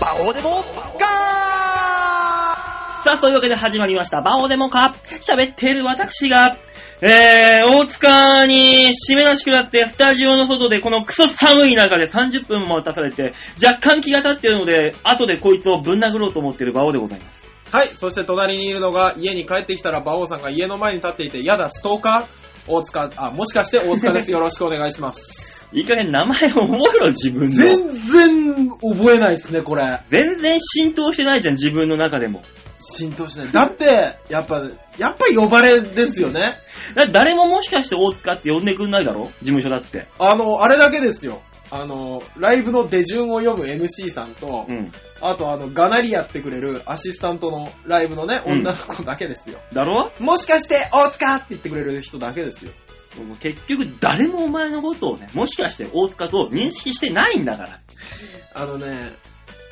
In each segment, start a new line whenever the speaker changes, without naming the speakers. バオデモカ
さあ、そういうわけで始まりました。バオデモか喋っている私が、えー、大塚に締めなしくなって、スタジオの外でこのクソ寒い中で30分も待たされて、若干気が立っているので、後でこいつをぶん殴ろうと思っているバオでございます。
はい、そして隣にいるのが、家に帰ってきたら馬王さんが家の前に立っていて、やだ、ストーカー大塚、あ、もしかして大塚 です。よろしくお願いします。
いい加減名前を覚えろ、自分の。
全然覚えないですね、これ。
全然浸透してないじゃん、自分の中でも。
浸透しない。だって、やっぱ、やっぱ呼ばれですよね。
だ誰ももしかして大塚って呼んでくんないだろ事務所だって。
あの、あれだけですよ。あの、ライブの出順を読む MC さんと、
うん。
あとあの、がなりやってくれるアシスタントのライブのね、
うん
女の子だけですよ。
だろ
もしかして、大塚って言ってくれる人だけですよ。
もう結局誰もお前のことをね、もしかして大塚と認識してないんだか
あのね、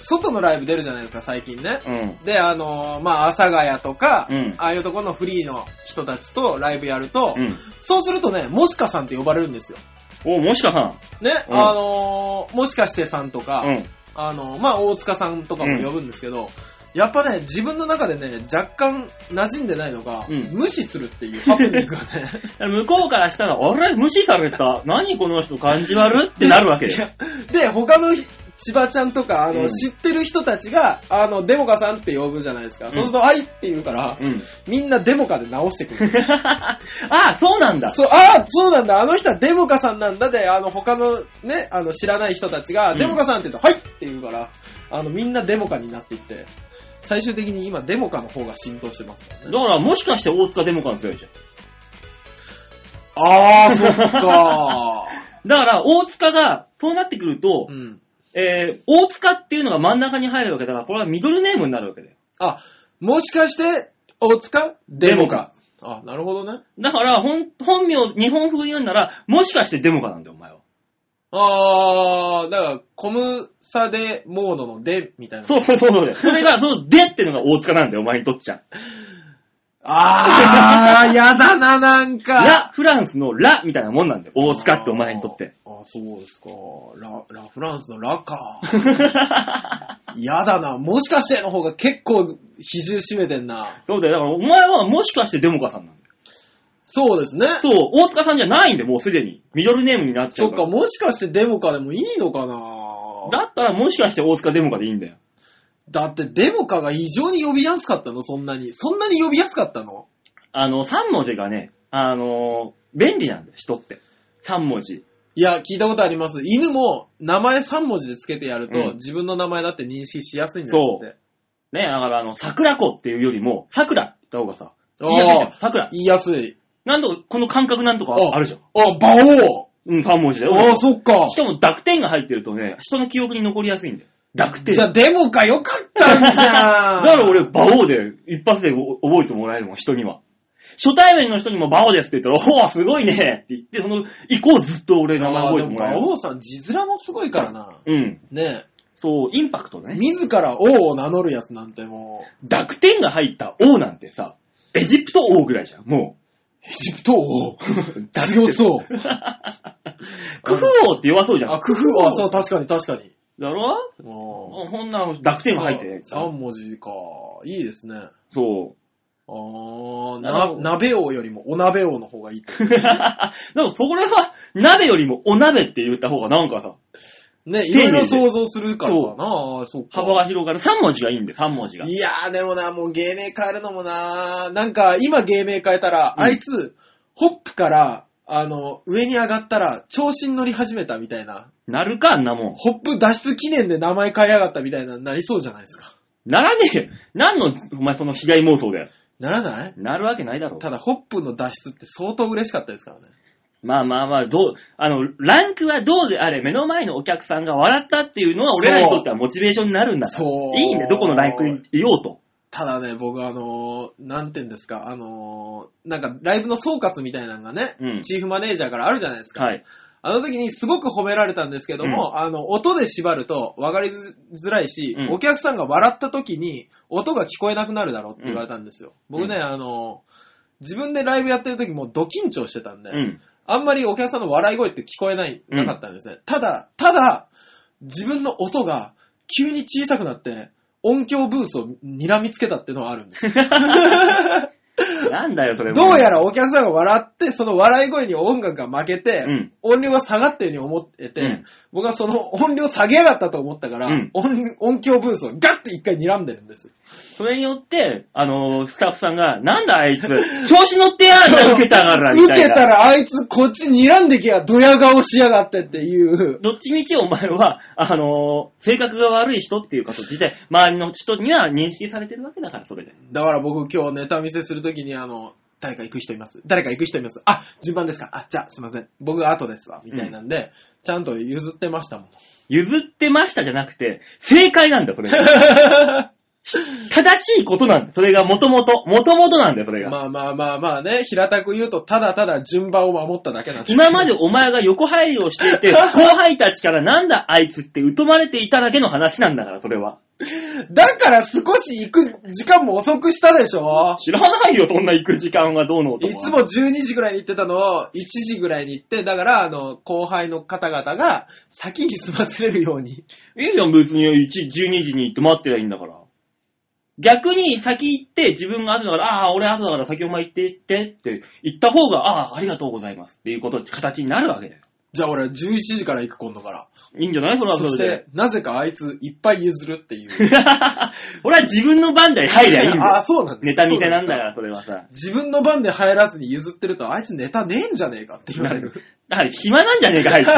外のライブ出るじゃないですか、最近ね。
ら。うん。
で、あのーまあ、阿佐ヶ谷とか、
うん
ああいうとこのフリーの人たちとライブやると、
うん。
そうするとね、もしかさんって呼ばれるんですよ。
お、もしかさん。
ね、
うん
あのーもしかしてさんとか、
うん。
あのーまあ、大塚さんとかも呼ぶんですけど、やっぱね、自分の中でね、若干馴染んでないのが、
うん
無視するっていうハプニングがね、
向こうからしたら、あれ無視された。何この人感じ悪ってなるわけ
い
よ。
やで、他のひ千葉ちゃんとか、あの、
うん
知ってる人たちが、あの、デモカさんって呼ぶじゃないですか。そうすると、あいって言うから、
うん。
みんなデモカで直してくる。
ああ、そうなんだ。
そう、ああ、そうなんだ、あの人はデモカさんなんだで、あの、他のね、あの、知らない人たち
う
が、
ん
デモカさんって言うと、はいって言うから、あの、みんなデモカになっていって、最終的に今、デモカの方が浸透してますから
だ
ね。
から、もしかして大塚デモカの強いじゃん。
ああ、そっか
だから、大塚が、そうなってくると
ー。う、ん。
えー、大塚っていうのが真ん中に入るわけだから、これはミドルネームになるわけだよ。
あ、もしかして、大塚デモカ。あ、なるほどね。
だから、本、本名、日本風に言うなら、もしかしてデモカなんだよ、お前は。
あー、だから、コムサデモードのデみたいな。
そうそうそうそうだよ。それが、そう、でっていうのが大塚なんだよ、お前にとっちゃ。
あー、やだな、なんか。
ラ、フランスのラみたいなもんなんだよ、大塚ってお前にとって。
あー。あー、そうですか。ラ、ラフランスのラか。 やだな。もしかしての方が結構比重占めてんな。
そうだよ、だからお前はもしかしてデモカさんなんだよ。
そうですね。
そう、大塚さんじゃないんで、もうすでに。ミドルネームになっちゃ
そうっ
から。
か、もしかしてデモカでもいいのかな
だったらもしかして大塚デモカでいいんだよ。
だってデモカが異常に呼びやすかったのそんなに。そんなに呼びやすかったの
あの、3文字がね、あのー便利なんだよ、人って。3文字。
いや、聞いたことあります。犬も名前3文字でつけてやると、
うん
自分の名前だって認識しやすいんですって。
ね、だからあの、桜子っていうよりも、桜って言った方がさ、
あー
言いやすいじゃん桜。
言いやすい。
なんとか、この感覚なんとかあるじゃん。
あ、馬王
うん、3文字だよ。
ああ、そっか
し。かも濁点が入ってるとね、人の記憶に残りやすいんだよ。濁点。
じゃあ、デモかよかったんじゃ ん。
だから俺、馬王で一発でお覚えてもらえるもん、人には。初対面の人にも馬王ですって言ったら、おお、すごいねって言って、その、以降ずっと俺名前
あー
覚え
で
て
も
もら
馬
える。
王さん、字面もすごいからな。
うん。
ね
そう、インパクトだ
え。
ね。
自ら王を名乗るやつなんてもう、
濁点が入った王なんてさ、エジプト王ぐらいじゃん、も
エジプト 王。
う。
強そう。
クフ王って弱そうじゃ
あ、
ん。
工夫、あ、そう、確かに確かに。
だろ
も
こんなの濁点が入ってね。
3文字か。いいですね。
そう。
あー、
なる
な
ほど
鍋王よりもお鍋王の方がいいって。
でもそれは、鍋よりもお鍋って言った方がなんかさ、
ね、い
寧で
ろいろ想像するからかな。そうか。
幅が広がる。3文字がいいんで、3文字が。
いやー、でもな、もう芸名変えるのもな、なんか今芸名変えたら、
うん
あいつ、ホップから、あの、上に上がったら、調子に乗り始めたみたいな、
なるか、あんなもん。
ホップ脱出記念で名前変えやがったみたいな、なりそうじゃないですか。
ならねえよ。何の、お前その被害妄想だよ。
ならない
なるわけないだろ。
ただ、ホップの脱出って相当嬉しかったですからね。
まあまあまあ、どう、あの、ランクはどうであれ、目の前のお客さんが笑ったっていうのは、俺らにとってはモチベーションになるんだから。
そう
いいんだよ、どこのランクにいようと。
ただね、僕あのーなんて言うんですか、あのーなんかライブの総括みたいなのがね、
うん
チーフマネージャーからあるじゃないですか。
はい。
あの時にすごく褒められたんですけども、あの、音で縛ると分かりづらいし、
うん
お客さんが笑った時に音が聞こえなくなるだろうって言われたんですよ。
うん
僕ね、あの、自分でライブやってる時もド緊張してたんで、
うん。
あんまりお客さんの笑い声って聞こえない、
うん
なかったんですね。ただ、ただ、自分の音が急に小さくなって、音響ブースを睨みつけたっていうのはあるんですよ。
なんだよ、それも
どうやらお客さんが笑って、その笑い声に音楽が負けて、
うん
音量が下がったように思ってて、
うん
僕はその音量下げやがったと思ったから、
うん
音音響ブースをガッて一回睨んでるんです。
それによって、あのースタッフさんが、なんだあいつ、 調子乗ってやんじゃん、受けたから、み
受
たいな。
けたらあいつこっち睨んできや、ドヤ顔しやがってって いう。
どっちみちお前は、あのー性格が悪い人っていうことで、周りの人には認識されてるわけだから、それで。
だから僕今日ネタ見せするときにあの、誰か行く人います誰か行く人いますあ、順番ですかあ、じゃあすいません。僕後ですわ。みたいなんで、ちゃんと譲ってましたもん。
譲ってましたじゃなくて、正解なんだ、 それが。正しいことなんだ、それがもともと。もともとなんだよ、それが。
まあまあまあまあね、平たく言うとただただ順番を守っただけなんですけど
今までお前が横入りをして いて、後輩たちからなんだあいつって疎まれていただけの話なんだから、それは。
だから少し行く時間も遅くしたでしょ
知らないよ、そんな行く時間がどうのと
いつも。12時ぐらいに行ってたのを1時ぐらいに行って、だからあの、後輩の方々が先に済ませれるように。
いいじゃん、別に1 12時に行って待ってりゃいいんだから。逆に先行って自分が後だから、ああ、俺後だから先お前行って行ってって言った方が、ああ、ありがとうございますっていうこと、形になるわけだよ。
じゃあ俺は11時から行く今度から。
いいんじゃないそれはそ
そ
れ
して
で。、
なぜかあいついっぱい譲るって いう。
俺は自分の番で入りゃいいんだ
あ
よ。
あ、そうなんだ。
ネタ見せなんだか
よ。
ら、それはさ。
自分の番で入らずに譲ってると、あいつネタねえんじゃねえかって言われる。
だから暇なんじゃねえか、あい つ。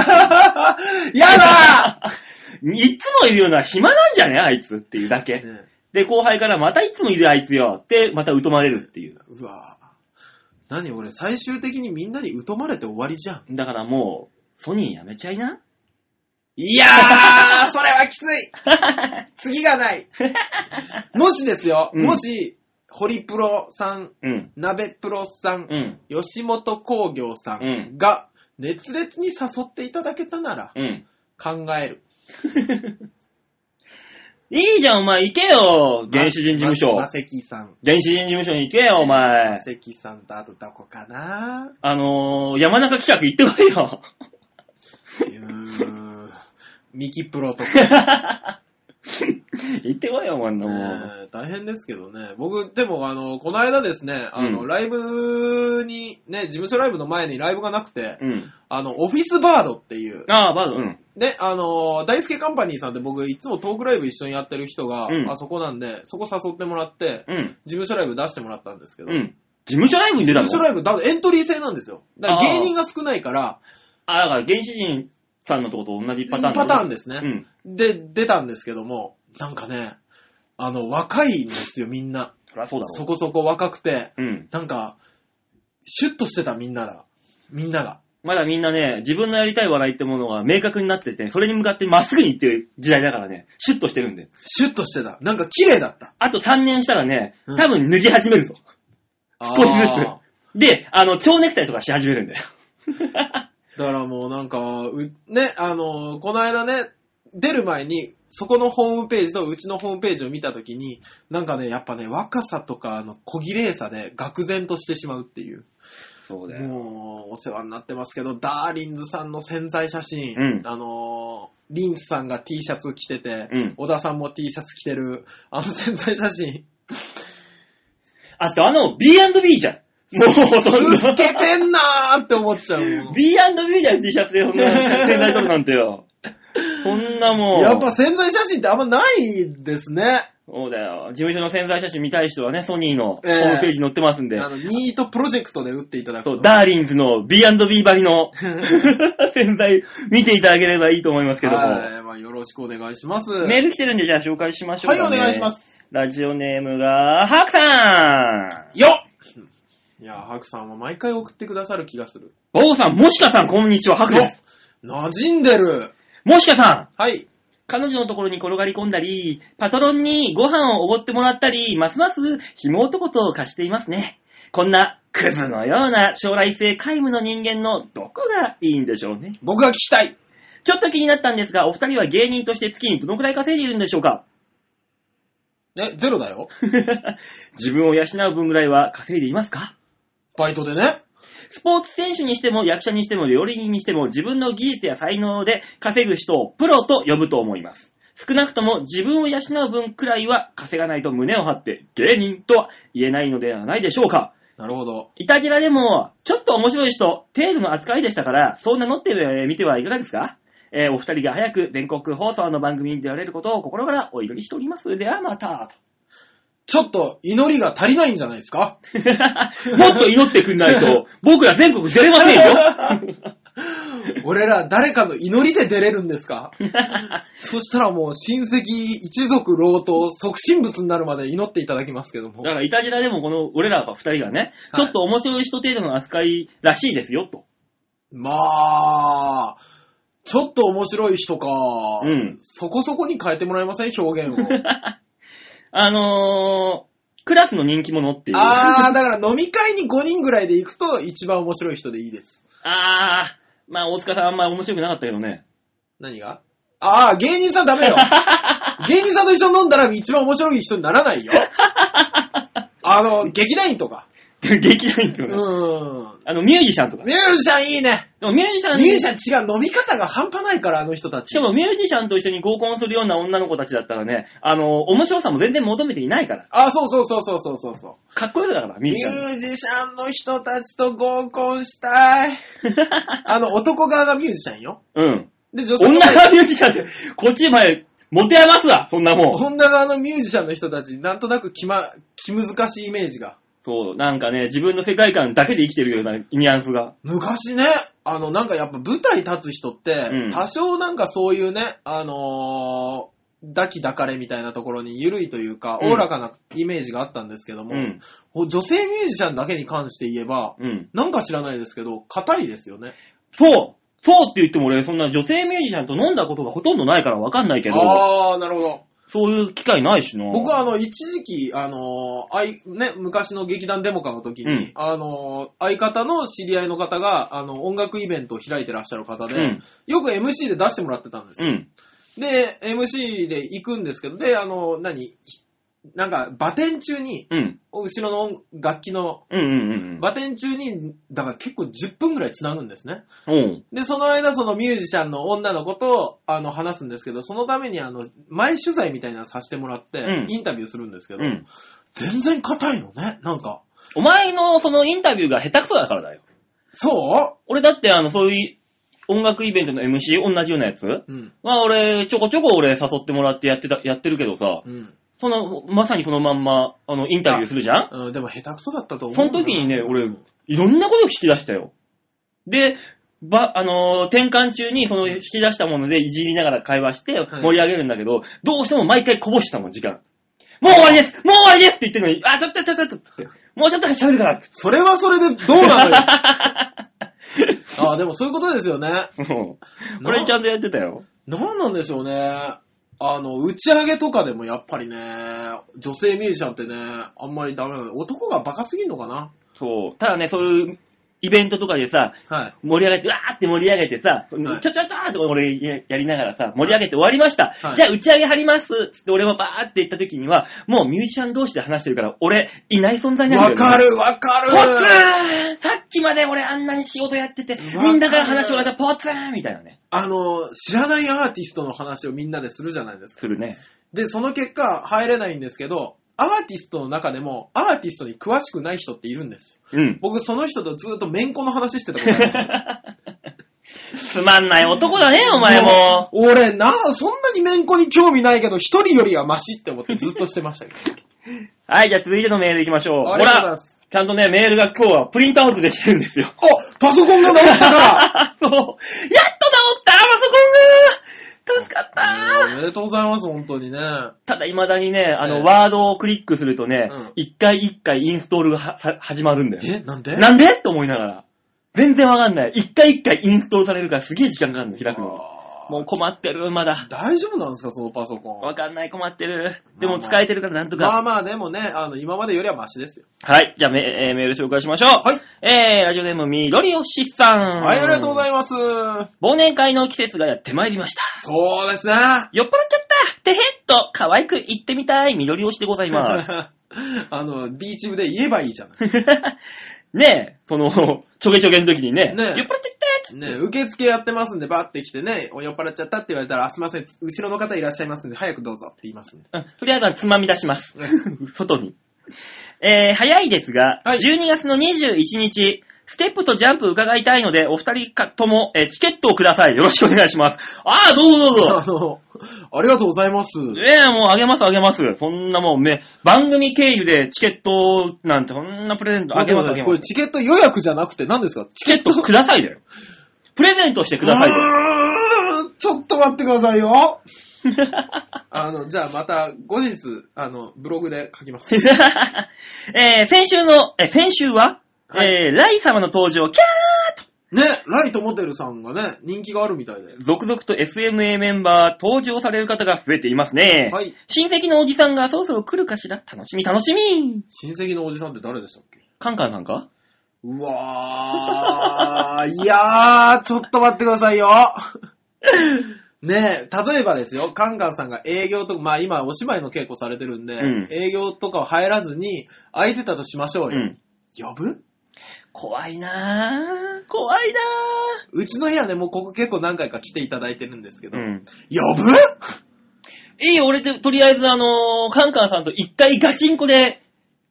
やだ
いつもいるような暇なんじゃねあいつっていうだけ。
ね
で、後輩からまたいつもいるあいつよって、また疎まれるっていう。
うわぁ。何俺最終的にみんなに疎まれて終わりじゃん。
だからもう、ソニーやめちゃいな。
いやー、それはきつい次がないもしですよ、
うん
もし、ホリプロさん、
うん。
鍋プロさん、
うん。
吉本興業さ
うん
んが熱烈に誘っていただけたなら
うん。
考える。
いいじゃん、お前行けよ原始人事務所。
まマセキさん。
原始人事務所に行けよ、お
マ
前。
セキさんとあとどこかな
あのー、山中企画行ってこいよ。
うーん。ミキプロとか。
行ってこいよ、お前の。
ねえ大変ですけどね。僕、でも、あの、この間ですね、あの、
うん
ライブに、ね、事務所ライブの前にライブがなくて、
うん。
あの、オフィスバードっていう、
ああ、バード、うん。
ね、あの、大輔カンパニーさんって僕、いつもトークライブ一緒にやってる人が、
うん
あそこなんで、そこ誘ってもらって、
うん。
事務所ライブ出してもらったんですけど、
うん。事務所ライブに出た
事
の
務所ライブ、だエントリー制なんですよ。だから
あー
芸人が少ないから、
ああ、だから原始人さんのとこと同じパターン
パターン
で
ですね、
うん。
で、出たんですけども、なんかね、あの、若いんですよ、みんな。
そりゃそうだろ
そこそこ若くて、
う。うん。
なんか、シュッとしてたみんなが。みんなが。
まだみんなね、自分のやりたい笑いってものが明確になってて、それに向かってまっすぐに行ってる時代だからね、シュッとしてるんで。
シュッとしてた。なんか綺麗だった。
あと3年したらね、
うん
多分脱ぎ始めるぞ。少しずつ
あ
で、あの、蝶ネクタイとかし始めるんだよ。
ーだからもうなんか、うね、あのーこの間ね、出る前に、そこのホームページとうちのホームページを見たときに、なんかね、やっぱね、若さとか、あの、小綺麗さで、愕然としてしまうっていう。
そうだよ。
もう、お世話になってますけど、ダーリンズさんの潜在写真、
うん
あのーリンズさんが T シャツ着てて、
うん
小田さんも T シャツ着てる、あの潜在写真、
あとあの、B&B じゃん。もうそん
続
な。
けてんなーって思っちゃうもん
B&B じゃん、T シャツで、 そんな、洗剤取るなんてよ。そんなもう。
やっぱ潜在写真ってあんまないですね。
そうだよ。事務所の潜在写真見たい人はね、ソニーのホ
ええ
ームページに載ってますんで。
あの、ニートプロジェクトで打っていただく
そ
と。
う、ダーリンズの B&B ばり の潜在見ていただければいいと思いますけども。
はい、まあ、よろしくお願いします。
メール来てるんで、じゃあ紹介しましょう
はい、
か、
お
ね。。
願いしますす。
ラジオネームが、ハークさん
よっいや、ハクさんは毎回送ってくださる気がする。
ボーさん、もしかさん、こんにちは、ハークです。
馴染んでる。
もしかさん
はい。
彼女のところに転がり込んだり、パトロンにご飯をおごってもらったり、ますます紐男と化していますね。こんな、クズのような将来性皆無の人間のどこがいいんでしょうね。
僕が聞きたい。
ちょっと気になったんですが、お二人は芸人として月にどのくらい稼いでいるんでしょうか
え、ゼロだよ。
自分を養う分ぐらいは稼いでいますか
バイトでね。
スポーツ選手にしても役者にしても料理人にしても自分の技術や才能で稼ぐ人をプロと呼ぶと思います。少なくとも自分を養う分くらいは稼がないと胸を張って芸人とは言えないのではないでしょうか。
なるほど。
いたじらでも、ちょっと面白い人、程度の扱いでしたから、そう名乗ってみてはいかがですかえーお二人が早く全国放送の番組に出られることを心からお祈りしております。ではまた。
ちょっと祈りが足りないんじゃないですか
もっと祈ってくんないと、僕ら全国出れませんよ。
俺ら誰かの祈りで出れるんですかそしたらもう親戚一族老頭即身仏になるまで祈っていただきますけども
だ。から、イタジラでもこの、俺らが二人がね、ち
はい
ょっと面白い人程度の扱いらしいですよ、と。
まあ、ちょっと面白い人か。
うん
そこそこに変えてもらえません表現を。
あのー、クラスの人気者っていう。
ああ、だから飲み会に5人ぐらいで行くと一番面白い人でいいです。
あーまあ、大塚さんあんまり面白くなかったけどね。
何がああ、芸人さん ダメよ。芸人さんと一緒に飲んだら一番面白い人にならないよ。あの、劇団員とか。
劇団員と
う
かね。
ん。
あの、ミュージシャンとか。
ミ
で
ュージシャンいいね。
もミュージシャン、
ミュージシャン違う。飲み方が半端ないから、あの人た
し
ち
か。もミュージシャンと一緒に合コンするような女の子たちだったらね、あのー面白さも全然求めていないから。
あ、そうそうそうそうそうそうそう。
かっこよさだから、ミュ
ミュ
ージシャン。
ージシャンの人たちと合コンしたい。あの、男側がミュージシャンよ。
うん。
で、女性
女がミュージシャンって、こっち前、持て余すわ、そんなもん。
女側のミュージシャンの人たち、なんとなく気ま、気難しいイメージが。
そう、なんかね、自分の世界観だけで生きてるようなニュアンスが。
昔ね、あの、なんかやっぱ舞台立つ人って、
うん
多少なんかそういうね、あのー抱き抱かれみたいなところに緩いというか、
う
お
ん
おらかなイメージがあったんですけども、
うん。
女性ミュージシャンだけに関して言えば、
うん。
なんか知らないですけど、硬いですよね。
そうそうって言っても俺、そんな女性ミュージシャンと飲んだことがほとんどないからわかんないけど、
あー、なるほど。
そういう機会ないしな。
僕はあの、一時期、あのーあい、ね、昔の劇団デモカの時に、
うん
あのー相方の知り合いの方が、あの、音楽イベントを開いてらっしゃる方
う
で、
ん。
よく MC で出してもらってたんです
う
よ。
ん。
で、MC で行くんですけど、で、あのー何ひなんか、バテン中に、
うん。
お後ろの音楽器の、
うんうんうん
バテン中に、だから結構10分ぐらい繋ぐんですね。
うん。おう。
で、その間、そのミュージシャンの女の子と、あの、話すんですけど、そのために、あの、前取材みたいなのさせてもらって、
うん
インタビューするんですけど、
うん。
全然硬いのね、なんか。
お前のそのインタビューが下手くそだからだよ。
そ
俺だってあの、そういう音楽イベントの MC、同じようなやつ
ううん。
まあ俺、ちょこちょこ俺誘ってもらってやってた、やってるけどさ、
うん。
その、まさにそのまんま、あの、インタビューするじゃん
うん、でも下手くそだったと思う。
その時にね、俺、いろんなことを引き出したよ。で、ば、あのー転換中にその引き出したものでいじりながら会話して
はい
盛り上げるんだけど、どうしても毎回こぼしてたもん、時間。もう終わりですもう終わりですって言ってるのに、あ、ちょっとちょっとちょっとって、もうちょっと喋るからって。
それはそれでどう なのよ。ああ、でもそういうことですよね。
うんこれちゃんとやってたよ。
なんなんでしょうね。あの、打ち上げとかでもやっぱりね、女性ミュージシャンってね、あんまりダメなの。男がバカすぎんのかな
そう。ただね、そういうイベントとかでさ、
はい。
盛り上げて、わーって盛り上げてさ、
い
ちょちょちょーって俺ややりながらさ、盛り上げて終わりました。
はい
じゃあ打ち上げ張りますつって俺もバーって言った時には、もうミュージシャン同士で話してるから、俺、いない存在なんだよ、
わか。るわかる
ポツーンさっきまで俺あんなに仕事やってて、
る
みんなから話をらったらポツーンみたいなね。
あの、知らないアーティストの話をみんなでするじゃないですか。
するね。
で、その結果、入れないんですけど、アーティストの中でも、アーティストに詳しくない人っているんですよ。
うん。
僕、その人とずっとめんこの話してたことある。
つまんない男だね、 お前も。
う。俺、な、そんなにめんこに興味ないけど、一人よりはマシって思ってずっとしてました けど。
はい、じゃあ続いてのメールいきましょう。ほ
ありがとうござい
ら
ま、す。
ちゃんとね、メールが今日はプリントアウトできてるんですよ。
あ、パソコ ンが直ったから
そう。やっと治ったパソコンが助か った
おめでとうございます、本当にね。
ただ未だにね、あの、
ええ
ワードをクリックするとね
うん、
一、回一回インストールがはさ始まるんだよ。
え、なんで
なんでって思いながら。全然わかんない。一回一回インストールされるからすげえ時間かかるの、開くの。
あー
もう困ってる、まだ。
大丈夫なんですか、そのパソコン。
わかんない、困ってる。で
ま
も
あまあ
使えてるからなんと
ま
か。
あまあ、でもね、あの、今までよりはマシですよ。
はい、じゃあメ,、えーメール紹介しましょう。
はい。
えー、ラジオネーム、みどりおしさん。
はい、ありがとうござ
い
います。
ます。忘年会の季節がやってまいりました。
そうですね。
酔っ払っちゃったてへっと可愛く言ってみたい緑推しでございます。
あの、ビーチ部で言えばいいじゃない。
ねえ、その、ちょげちょげの時にね、
ねえ
酔っ払っちゃったつって。
ね、受付やってますんで、バーって来てね、お酔っ払っちゃったって言われたら、あ、すいません、後ろの方いらっしゃいますんで、早くどうぞって言いますんで。
うんとりあえずはつまみ出します。 外に。えー、早いですが、
はい
12月の21日、ステップとジャンプ伺いたいので、お二人かとも、えーチケットをください。よろしくお願いします。ああ、どうぞどうぞ
あ。の、ありがとうございます。
ええもうあげますあげます。そんなもんね、番組経由でチケットなんて、そんなプレゼントあげますあげ
こ
ま
れ
す。
チケット予約じゃなくて何ですか
チケットくださいだよ。プレゼントしてくださいよ。
うーんちょっと待ってくださいよ。 あの、じゃあまた後日、あの、ブログで書 きます。
えー、先週の、えー、先週は、
はい
えー、ライ様の登場、キャーと、
ね、ライトモデルさんがね、人気があるみたいで。
続々と SMA メンバー登場される方が増えていますね。
はい。
親戚のおじさんがそろそろ来るかしら楽しみ楽しみ
親戚のおじさんって誰でしたっけ
カンカンさんか
うわー、いやー、ちょっと待ってください よ。ねえ、例えばですよ、カンカンさんが営業とか、まあ今お芝居の稽古されてるんで、
うん
営業とかを入らずに、空いてたとしましょう
う
よ。
ん。
呼ぶ
怖いなぁ。怖いな
うちの家はね、もうここ結構何回か来ていただいてるんですけ
ぁ。
ど、
うん。
呼ぶ
いいよ、俺と、とりあえずあのーカンカンさんと一回ガチンコで、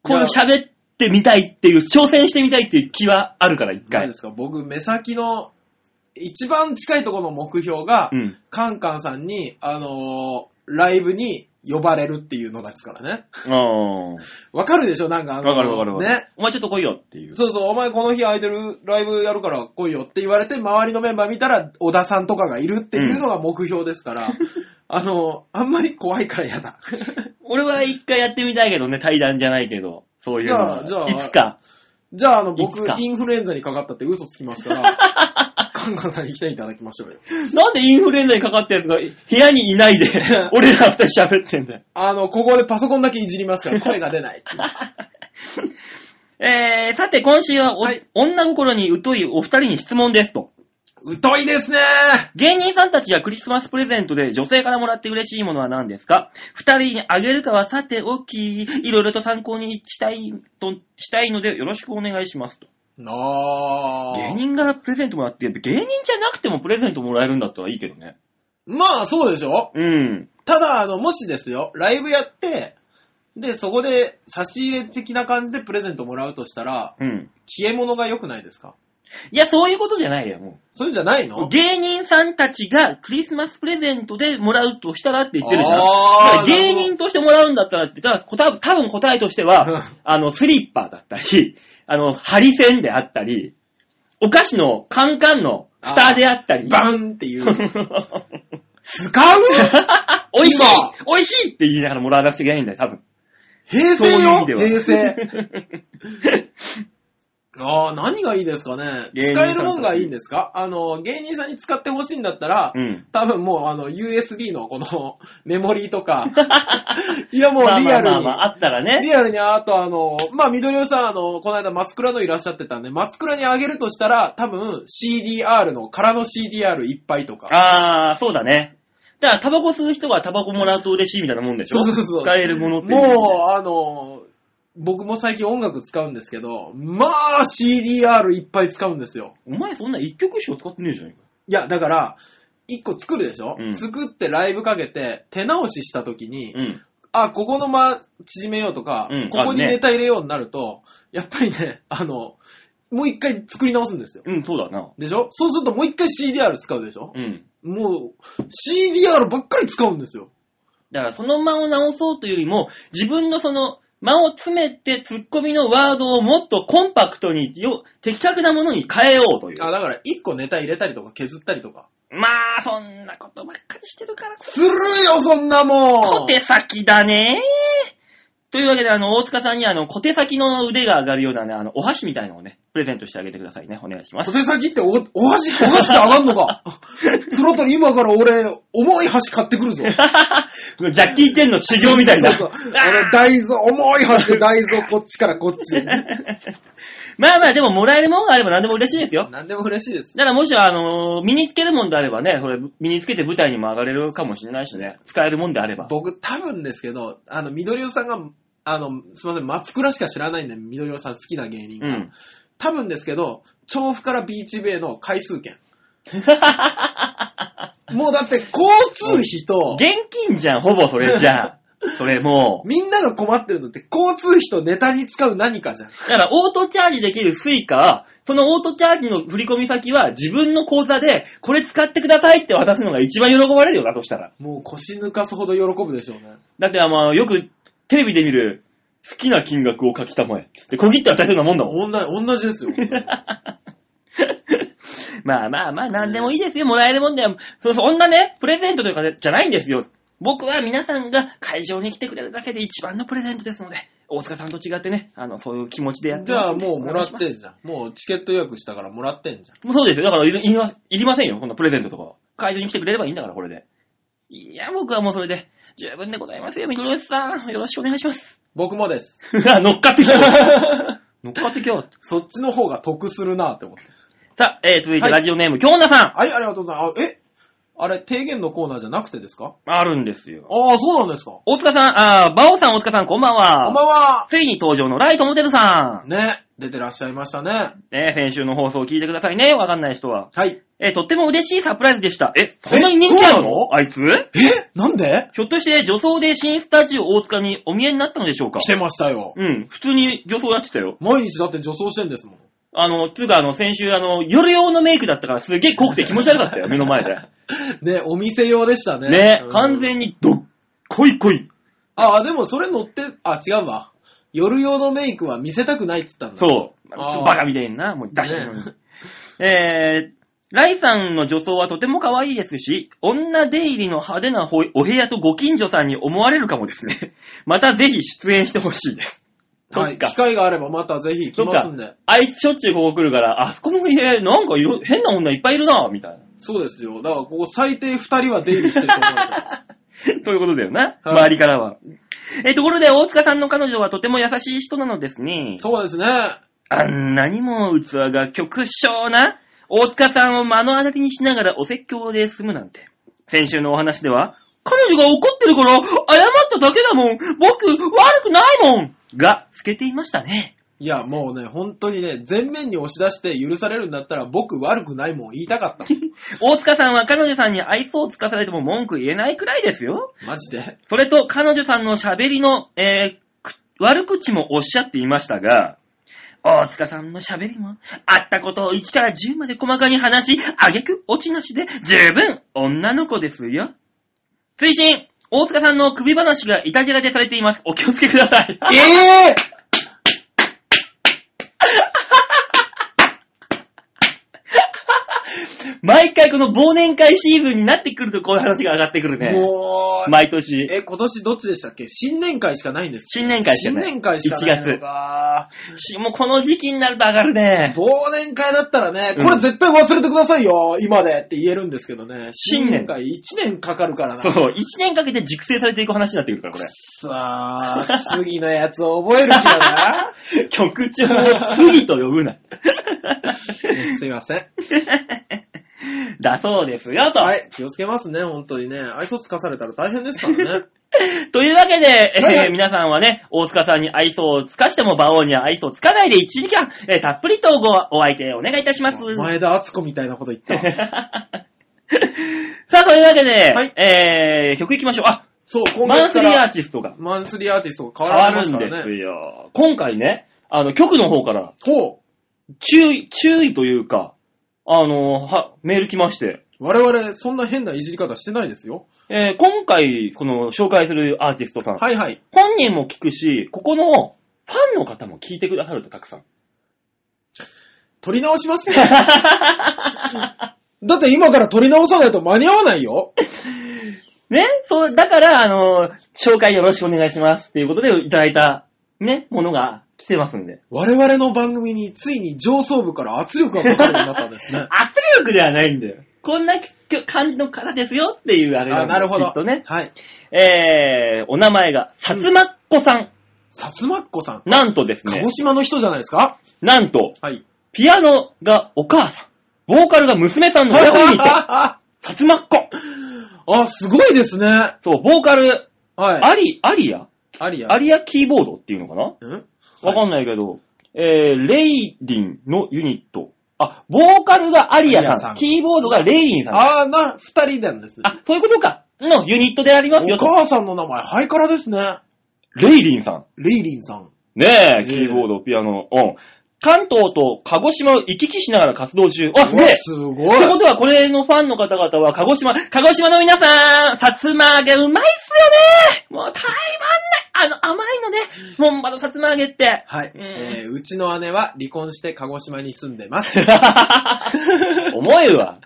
こういう喋ってみたいっていう、挑戦してみたいっていう気はあるから、一
何
回
で。すか僕、目先の、一番近いところの目標が、
うん。
カンカンさんに、あのーライブに呼ばれるっていうのですからね。
ああ。
わかるでしょなんかあの、
わかるわかるわかる。
ね。
お前ちょっと来いよっていう。
そうそう、お前この日アイドルライブやるから来いよって言われて、周りのメンバー見たら、小田さんとかがいるっていうのが目標です から、あのーあんまり怖いから嫌だ。
俺は一回やってみたいけどね、対談じゃないけど。そういうのは。
じゃあじゃあ
いつか。
じゃあ、あの、
いつ
僕
か、
インフルエンザにかかったって嘘つきます から、カンカンさんに来ていただきましょうよ。
なんでインフルエンザにかかったやつが 部屋にいない で、俺ら二人喋ってんだよ。
あの、ここでパソコンだけいじりますから、声が出ない。
えー、さて今週はお、
はい
女心に疎いお二人に質問ですと。
疎いですね
芸人さんたちがクリスマスプレゼントで女性からもらって嬉しいものは何ですか二人にあげるかはさておき、いろいろと参考にしたいと、したいのでよろしくお願いしますと。
なあ
芸人がプレゼントもらって、芸人じゃなくてもプレゼントもらえるんだったらいいけどね。
まあ、そうでしょ
うん。
ただ、あの、もしですよ、ライブやって、で、そこで差し入れ的な感じでプレゼントもらうとしたら、
うん。
消え物が良くないですか
いや、そういうことじゃないよ、もう。
そういうんじゃないの
芸人さんたちがクリスマスプレゼントでもらうとしたらって言ってるじゃん。だから
あー
芸人としてもらうんだったらって言ったら、こた多分答えとしては、
う
あの、スリッパだったり、あの、ハリセンであったり、お菓子のカンカンの蓋であったり。
バンっていう。使う
美味しい
今
美味しいって言いながらもらわなくちゃいけないんだよ、多分。
平
そう
成
いう意
よ
味では。
平成。ああ、何がいいですかね
芸人
使
さん
えるもんがいいんですかあの、芸人さんに使ってほしいんだったら、
うん。
多分もうあの、USB のこのメモリーと か、いやもう
まあ
リ
ま
ア
あま
ル
あ
に
ま、あ、あったらね。
リアルにあとあの、まあ、緑尾さんあの、この間松倉のいらっしゃってたんで、松倉にあげるとしたら、多分 CDR の、空の CDR いっぱいとか。
ああ、そうだね。だから、タバコ吸う人がタバコもらうと嬉しいみたいなもんでしょ
そうそうそう
使えるものっていう意味で。
もう、あの、僕も最近音楽使うんですけど、まあ CDR いっぱい使うんですよ。
お前そんな一曲しか使ってねえじゃね
いや、だから、一個作るでしょ、
うん
作ってライブかけて、手直しした時に、
えか。
あ、ここの間縮めようとか、
うん
ここに
あるね
ネタ入れようになると、やっぱりね、あの、もう一回作り直すんですよ。
うん。うん、そうだな。
でしょそうするともう一回 CDR 使うでしょ、
うん。
もう、CDR ばっかり使うんですよ。
だからその間を直そうというよりも、自分のその間を詰めてツッコミのワードをもっとコンパクトに、よ的確なものに変えようという。
あ、だから一個ネタ入れたりとか削ったりとか。
まあ、そんなことばっかりしてるから、
するよ、そんなも
小
ん
手先だねというわけで、あの、大塚さんにあの、小手先の腕が上がるようなね、あの、お箸みたいなのをね、プレゼントしてあげてくださいね。お願いしま
小
す。
手先ってお、お箸、お箸で上がんのか そのあたり今から俺、重い箸買ってくるぞ。
ジャッキー・チェンの修行みたいな。
そうそうそうあの大豆、重い箸で大豆をこっちからこっ ち。
まあまあ、でももらえるもんがあれば何でも嬉しいですよ。
何でも嬉しいです。
だからもし、あのー身につけるもんであればね、それ身につけて舞台にも上がれるかもしれないしね、使えるもんであれば。
僕、多分ですけど、あの、緑尾さんが、あの、すいません、松倉しか知らないんで、緑尾さん好きな芸人
う
が。
ん。
多分ですけど、調布からビーチベイの回数券。もうだって交通費と、
現金じゃん、ほぼそれじゃあ。それもう。
みんなが困ってるのって交通費とネタに使う何かじゃん。
だから、オートチャージできるスイカは、そのオートチャージの振り込み先は自分の口座で、これ使ってくださいって渡すのが一番喜ばれるよな、としたら。
もう腰抜かすほど喜ぶでしょうね。
だって、あの、よくテレビで見る、好きな金額を書きたまえ。で、小切って渡せるようなもんだもん。
同じ、 同じですよ。
まあまあまあ、なんでもいいですよ。もらえるもんだよ。そうそう、そんなね、プレゼントとかじゃないんですよ。僕は皆さんが会場に来てくれるだけで一番のプレゼントですので、大塚さんと違ってね、あの、そういう気持ちでやって
じ
ま
ゃ
す
あ
んで
もうもらっ
お願いして
んじゃん。もうチケット予約したからもらってんじゃん。
ますもうそうですよ。だからいるいりま、いりませんよ。こんなプレゼントとかは。会場に来てくれればいいんだから、これで。いや、僕はもうそれで、十分でございますよ、みどりさん。よろしくお願いします。
僕もです。
あ 乗っかってきた。 乗っかってきよう。
そっちの方が得するなって思って。
さあ、えー、続いて
はい
ラジオネーム、京奈さん。
はい、ありがとうございます。あえあれ、提言のコーナーじゃなくてですか
あるんですよ。
ああ、そうなんですか。こ
大塚さん、あー、バオさん、大塚さん、こんばんは。
んばんは。
ついに登場のライトモテルさん。
ね、出てらっしゃいましたね。
ね先週の放送を聞いてくださいね。わかんない人は。
はい。
え、とっても嬉しいサプライズでした。え、そんなに人気ある
そうな
のあいつ
えなんで
ひょっとして女装で新スタジオ大塚にお見えになったのでしょうか
来てましたよ。
うん、普通に女装やってたよ。
毎日だって女装してんですもん。
あの、つうかあの、先週あの、夜用のメイクだったからすげえ濃くて気持ち悪か ったよ、目の前で。
ね、お店用でしたね。
ね
うん
完全にどっ、濃い濃い。
ああ、でもそれ乗って、あ、違うわ。夜用のメイクは見せたくないっつったんだ。う。
そう。
あー
バカみたいにな、もう出してるのに。えー、ライさんの女装はとても可愛いですし、女出入りの派手なほお部屋とご近所さんに思われるかもですね。 またぜひ出演してほしいです。
は
そっ
い。
か
機会があればまたぜひ来ますんで。
あいつしょっちゅうここ来るから、あそこの家、なんかいろ変な女いっぱいいるな、みたいな。
そうですよ。だからここ最低二人は出入りしてると思う から。
ということだよな、
はい
周りからは。えーところで、大塚さんの彼女はとても優しい人なのですね。
そうですね。
あんなにも器が極小な大塚さんを目の当たりにしながらお説教で済むなんて。先週のお話では、彼女が怒ってるから謝っただけだもん僕悪くないもんが透けていましたね。
いや、もうね、本当にね、全面に押し出して許されるんだったら僕悪くないもん言いた かったもん。
大塚さんは彼女さんに愛想をつかされても文句言えないくらいですよ。
マジで。
それと彼女さんの喋りの、えーく悪口もおっしゃっていましたが、大塚さんの喋りも、あったことを1から10まで細かに話し、あげく落ちなしで十分女の子ですよ。推進大塚さんの首話がいたじらでされています。お気をつけください。
ええ
毎回この忘年会シーズンになってくるとこういう話が上がってくるね。
もう、
毎年。
え、今年どっちでしたっけ新年会しかないんです
新年会しかない。
新年会しかないのか。
しもうこの時期になると上がるね。
忘年会だったらね、
うん
これ絶対忘れてくださいよ、今でって言えるんですけどね。
新
新
年
年会1年かかるからな
そ。う、1年かけて熟成されていく話になってくるから、これ。
さあ、次のやつを覚える気 だな。
曲中を杉と呼ぶな。
すいません。
だそうですよ、と。
はい、気をつけますね、本当にね。愛想つかされたら大変ですからね。
というわけで、えー
はいはい
皆さんはね、大塚さんに愛想をつかしても、馬王には愛想をつかないで1時間、えーたっぷりとごお相手お願いいたします。
前田敦子みたいなこと言った。
さあ、というわけで、
はい
えー、曲行きましょう。あ、
そう、今
マン
月
ス
か
リーア
ら
ーティストが
マンスリーアーティストが
変
変
わ
わりま
る
す
ん
か
で
ら
す
ね。
よ。今回ね、あの、局の方から、
ほう、
注意、注意というか、あの、は、メール来まして、
我々そんな変ないじり方してないですよ。
えー、今回、この、紹介するアーティストさん、
はいはい。
本人も聞くし、ここのファンの方も聞いてくださるとたくさん。
取り直しますよ。 だって今から取り直さないと間に合わないよ。
ねそう、だから、あのー紹介よろしくお願いしますっていうことでいただいた、ね、ものが来てますんで。。
我々の番組についに上層部から圧力がかかるようになったんですね
圧力ではないんだよ。こんなき感じの方ですよっていう あれな
あ、
んだ
なるほ
き
ど
っ。とね。
はい。
えー、お名前が、さつまっこさん。
さつまっこさん。
なんとです
鹿
ね
児、島の人じゃないですか
なんと、
はい。
ピアノがお母さん、ボーカルが娘さんの親子ユニット、
あ、
さつまっこ。
すごい ですね。は
そう、ボーカル、
い。
アリ、アリア
ありや。
アリアキーボードっていうのかな
うん
わかんないけど、えー、レイディンのユニット、あ、ボーカルがアリアさん、
アリアさん
キーボードがレイリンさん。
ああな、二人なんですね。
あ、そういうことか。のユニットでありますよ
お
と。
母さんの名前、ハイカラですね。
レイリンさん。
レイリンさん。
ねえ、
え
キーボード、ピアノ、うん。関東と鹿児島を行き来しながら活動中。あ、すげえ
す
っ
ご
てこ
い。
とは、これのファンの方々は、鹿児島、鹿児島の皆さん、さつま揚げうまいっすよねもうたまんないあの、甘いのね、本場のさつま揚げって。
はい、
うん
えー。うちの姉は離婚して鹿児島に住んでます。
重いわ。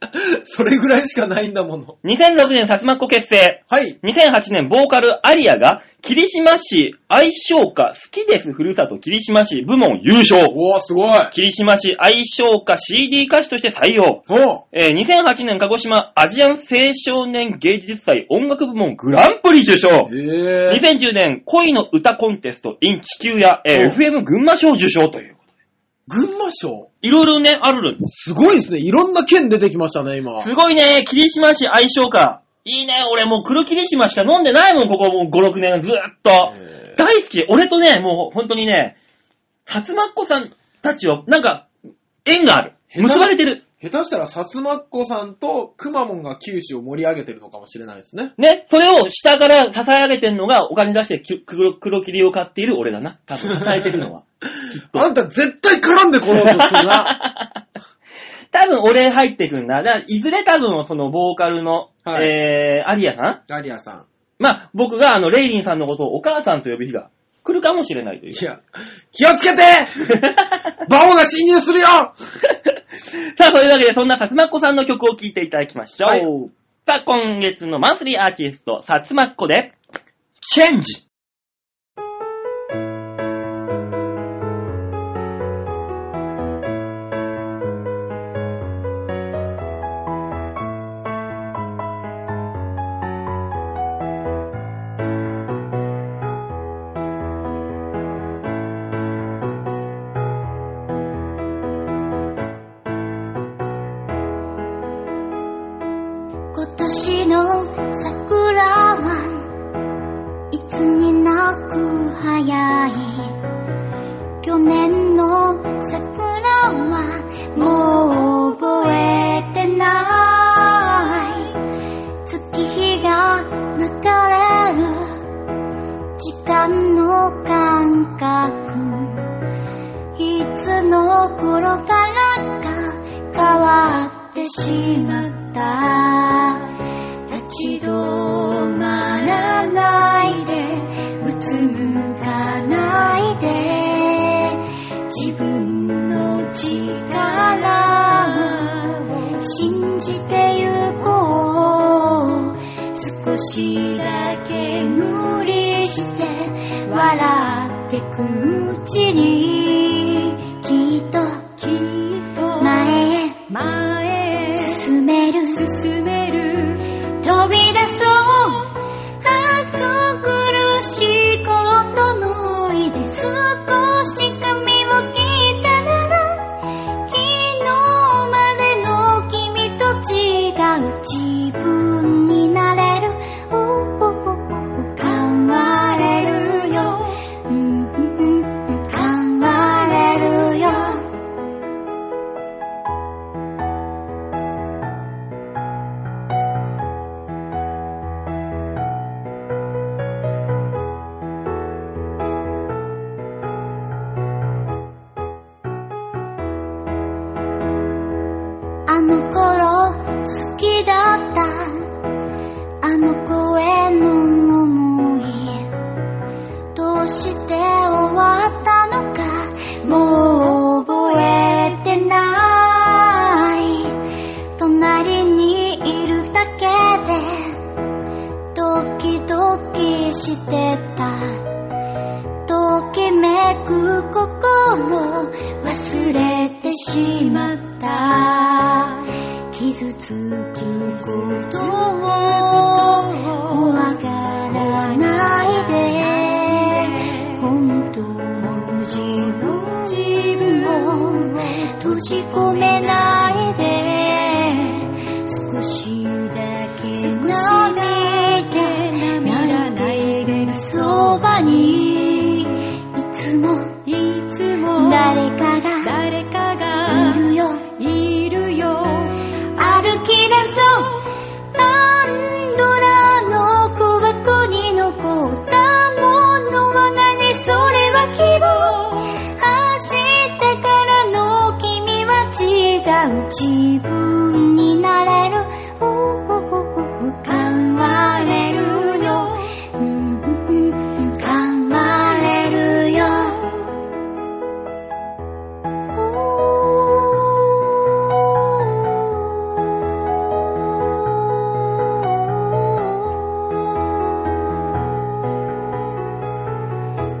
それぐらいしかないんだもの。
2006年、さつまっこ結成。
はい。
2008年、ボーカル、アリアが、霧島市愛称歌、好きです、ふるさと、霧島市部門優勝。
おー、すごい。
霧島市愛称歌 CD 歌手として採用。
お
えー2008年鹿児島アジアン青少年芸術祭音楽部門グランプリ受賞。
ええー。
2010年恋の歌コンテスト in 地球や、えー
お
FM 群馬賞受賞という。
群馬賞
いろいろね、あるるんです。
すごいですね。いろんな県出てきましたね、今。
すごいね、霧島市愛称歌。いいね、俺もう黒霧島しか飲んでないもん、ここもう5、6年ずーっと。
えー
大好き。俺とね、もう本当にね、さつまっこさんたちは、なんか、縁がある。
下手な
結ばれてる。
下手したら、さつまっこさんとくまモンが九州を盛り上げてるのかもしれないですね。
ね、それを下から支え上げてんのが、お金出してき黒黒霧を買っている俺だな。多分、支えてる のは。
あんた絶対絡んでこようとす るな。
多分、俺入ってくんな。だからいずれ多分、その、ボーカルの、
はい
えー、アリアさん
アリアさ
まあ、僕が、あの、レイリンさんのことをお母さんと呼ぶ日が来るかもしれないと
ん。
い。
いうや、気をつ けてバオが侵入するよ
さあ、というわけで、そんなさつまっこさんの曲を聴いていただきましょう。
はい
さあ、今月のマンスリーアーティスト、さつまっこで、チェンジ
今年の桜はいつになく早い去年の桜はもう覚えてない月日が流れる時間の感覚いつの頃からか変わってしまった立ち止まらないでうつむかないで自分の力を信じてゆこう少しだけ無理して笑ってくうちにきっときっと前へ前へ進める進める飛び出そう暑苦しいことのいで少し髪を切ったなら昨日までの君と違う自分になれるおおおお変われるようんうんうん変われるよあの頃好きだったあの子への思いどうして終わったのかもう覚えてない隣にいるだけでドキドキしてたときめく心忘れてしまった傷つくことを怖がらないで本当の自分を閉じ込めないで少しだけ涙なでいるそばにいつも
いつも
誰かが
誰か
い
が
るよ自分になれるおおおお変われるようんうんうん変われるよ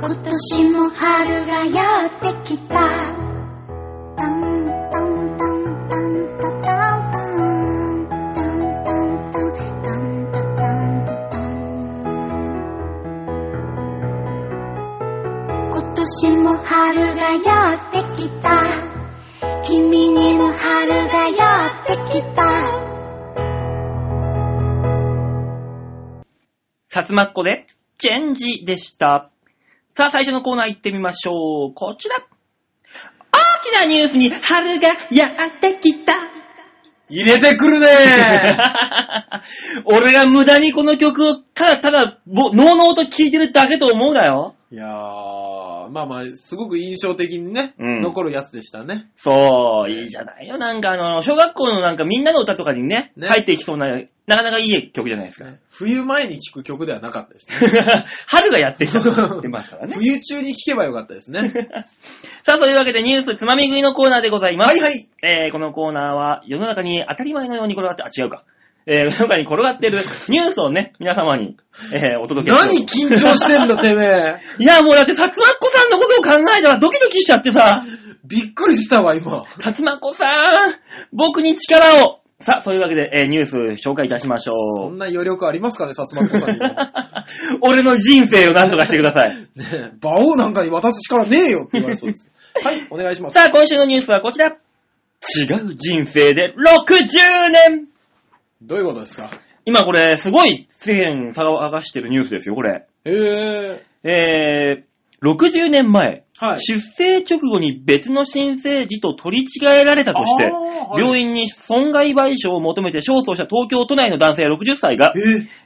今年も春がやってきた。タンタンタンタンタタンタンタンタンタンタンタンタンタン今年も春がやってきた。君にも春がやってきた。
さつまっこで、チェンジでした。さあ、最初のコーナー行ってみましょう。こちら。大きなニュースに春がやってきた。
入れてくる ね
俺が無駄にこの曲をただただ、ぼ、のうのうと聴いてるだけと思うなよ。
いやー、まあまあ、すごく印象的にね、
うん
残るやつでしたね。
そう、いいじゃないよ。なんかあの、小学校のなんかみんなの歌とかにね、
ね
入っていきそうな、なかなかいい曲じゃないですか。
冬前に聴く曲ではなかったですね。
春がやってきたと言ってますから ね。
冬中に聴けばよかったです ね。
さあ、というわけでニュースつまみ食いのコーナーでございます。
はいはい。
えー、このコーナーは世の中に当たり前のように転がって、あ、違うか。えー、世の中に転が ってるニュースをね、皆様に、えー、お届けしよう
何緊張してんだ、てめえ。
いや、もうだって、さつまっこさんのことを考えたらドキドキしちゃってさ、
びっくりしたわ、今。
さつまっこさん、僕に力をさあ、そういうわけで、えー、ニュース紹介いたしましょ
そん
う。
な余力ありますかね、さつまっこさん にも。ね
俺の人生を何とかしてください。
え、馬王なんかに渡す力ねえよって言われそうです。はい、お願いします。
さあ、今週のニュースはこちら。違う人生で60年
どういうことですか
今これ、すごい世間騒がしてるニュースですよ、これ。
えー、
えー、60年前、
はい
出生直後に別の新生児と取り違えられたとして、
あーはい
病院に損害賠償を求めて勝訴した東京都内の男性60歳が、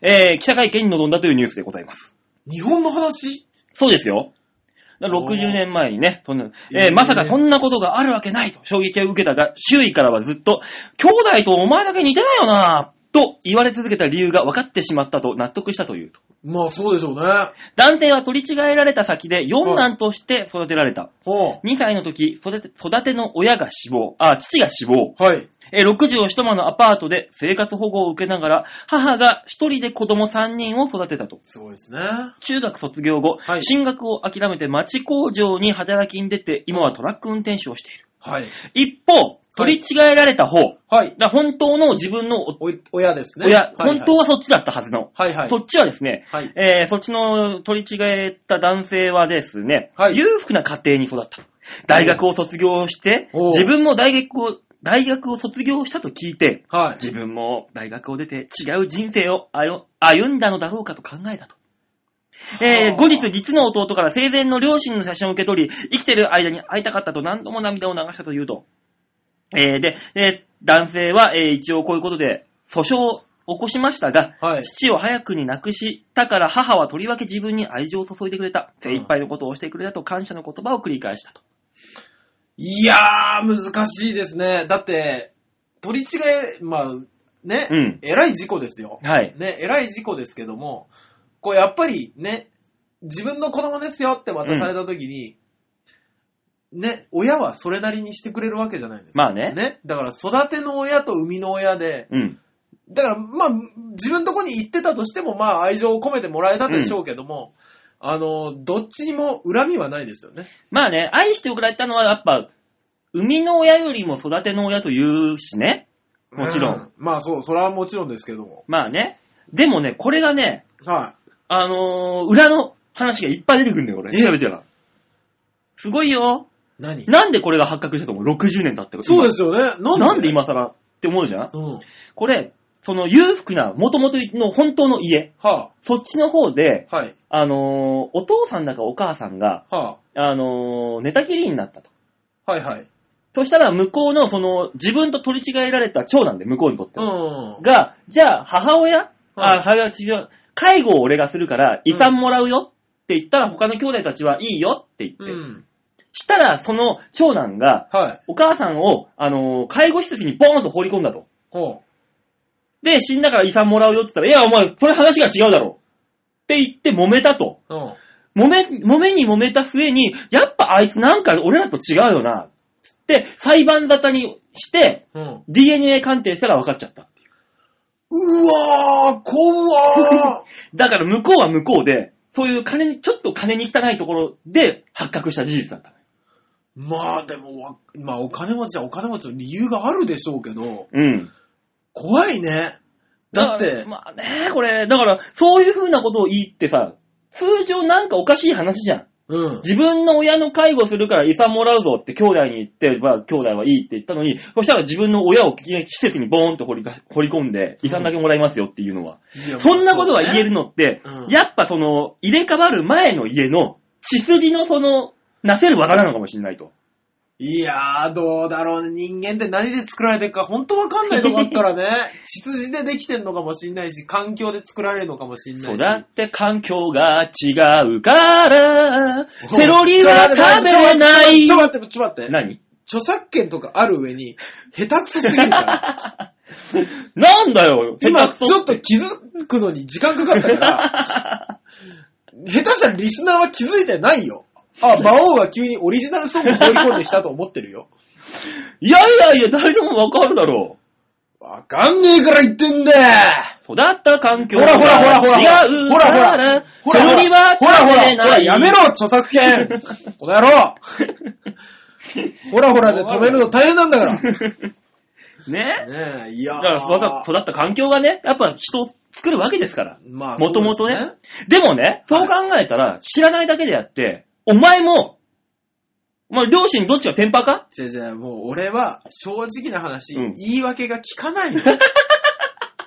え
えー記者会見に臨んだというニュースでございます。
日本の話
そうですよ。だから60年前にね、とんで
え
え
ー
ーまさかそんなことがあるわけないと衝撃を受けたが、周囲からはずっと、兄弟とお前だけ似てないよなと言われ続けた理由が分かってしまったと納得したという。
まあそうでしょうね。
男性は取り違えられた先で四男として育てられた。
は
2歳の時、育て育ての親が死亡、あ、父が死亡。
あ、はい。
え、60を一間のアパートで生活保護を受けながら、母が一人で子供3人を育てたと。
すごいですね。
中学卒業後、
はい
進学を諦めて町工場に働きに出て、今はトラック運転手をしている。
はい。
一方、取り違えられた方、
はい。
だから本当の自分のお
お、親ですね。
親、
はいはい
本当はそっちだったはずの、
はいはい
そ。っちはですね、
はい。
えー、そっちの取り違えた男性はですね、
はい
裕福な家庭に育った。大学を卒業して、
おう
自分も大学を、大学を卒業したと聞いて、
はい。
自分も大学を出て違う人生を歩歩んだのだろうかと考えたと。え
は
ー
あ
後日、実の弟から生前の両親の写真を受け取り、生きてる間に会いたかったと何度も涙を流したというと。えーで、えー男性は、えー一応こういうことで訴訟を起こしましたが、
はい。
父を早くに亡くしたから母はとりわけ自分に愛情を注いでくれた。精一杯のことをしてくれたと感謝の言葉を繰り返したと。
いやー、難しいですね。だって、取り違え、まあ、ね、
うん
えらい事故ですよ。
はい。
ね、えらい事故ですけども、こう、やっぱりね、自分の子供ですよって渡された時に、ね、親はそれなりにしてくれるわけじゃないですか。
まあね。
ね、だから育ての親と生みの親で、
うん。
だから、まあ、自分のとこに行ってたとしても、まあ、愛情を込めてもらえたでしょうけども、あの、どっちにも恨みはないですよね。
まあね、愛して送られたのはやっぱ、生みの親よりも育ての親というしね。もちろん
う。まあ、そう、それはもちろんですけども。
まあね。でもね、これがね、
は
あのー裏の話がいっぱい出てくるんだよ、俺。
え
調べてたら。すごいよ。
い。何
なんでこれが発覚したと思う ?60 年経って。
そうですすよね。
今
なんで
なんで今更って思うじゃん
うん。
これ、その裕福な、元々の本当の家、
は
そっちの方で、
あ、はい、
あのーお父さんだかお母さんが、
は
あのー寝たきりになったと。
あ、はいはい。
そしたら向こうの、その、自分と取り違えられた長男で、向こうにとっては。
うん。
が、じゃあ、母親、
はい
あ、母親違う。介護を俺がするから、遺産もらうよって言ったら、他の兄弟たちは、いいよって言って、
うん。
したら、その長男が、
はい。
お母さんを、あのー介護施設にボーンと放り込んだと。
ほ
で、死んだから遺産もらうよって言ったら、いや、お前、それ話が違うだろ。って言って揉めたと。
う。うん。
揉め、揉めに揉めた末に、やっぱあいつなんか俺らと違うよな。つって、裁判沙汰にして、
うん。
DNA 鑑定したら分かっちゃったっていう。
うわー、怖ー
だから向こうは向こうで、そういう金に、ちょっと金に汚いところで発覚した事実だったのよ。
まあでもわ、まあお金持ちはお金持ちの理由があるでしょうけど、
うん。
怖いね。だって、
まあね、これ、だから、そういう風なことを言ってさ、通常なんかおかしい話じゃん。
うん。
自分の親の介護するから遺産もらうぞって兄弟に言って、まあ兄弟はいいって言ったのに、そしたら自分の親を施設にボーンと掘りか掘り込んで、遺産だけもらいますよっていうのは。そんなことが言える
の
のって、
うん
やっぱその、入れ替わる前の家の血筋のその、なせる技なのかもしれないと。
いやー、どうだろうね。人間って何で作られてるか、ほんとわかんないとこあっか らね。血筋でできてんのかもしんないし、環境で作られるのかもしんないし。
そうだって環境が違うから、セロリは食べれない
ちょ。待って、ちょ待って、ちょ待って。
何
著作権とかある上に、下手くそすぎるから。
なんだよ、
今、
下手くそ
ちょっと気づくのに時間かかったから、下手したらリスナーは気づいてないよ。あ、馬王が急にオリジナルソングを取り込んできたと思ってるよ。
いやいやいや、誰でもわかるだろ
わかんねえから言ってんだよ
う。育った環境
ほらほらほらほら
が違う
ほらほら
から、
ほ
セ
らほら
ロリは
ほらほ
食べ
ら
れ
ほら
ない。
やめろ著作権この野 郎ほらほらで止めるの大変なんだからね
ね
え、いや
だ
ー
から育った育った環境がね、やっぱ人を作るわけですから。
まあ、
もともと
そう
ね。でもね、そう考えたら、知らないだけであって、お前も、まあ、両親どっちが天パか
ですね。違う違う、もう俺は正直な話、
うん
言い訳が聞かないの。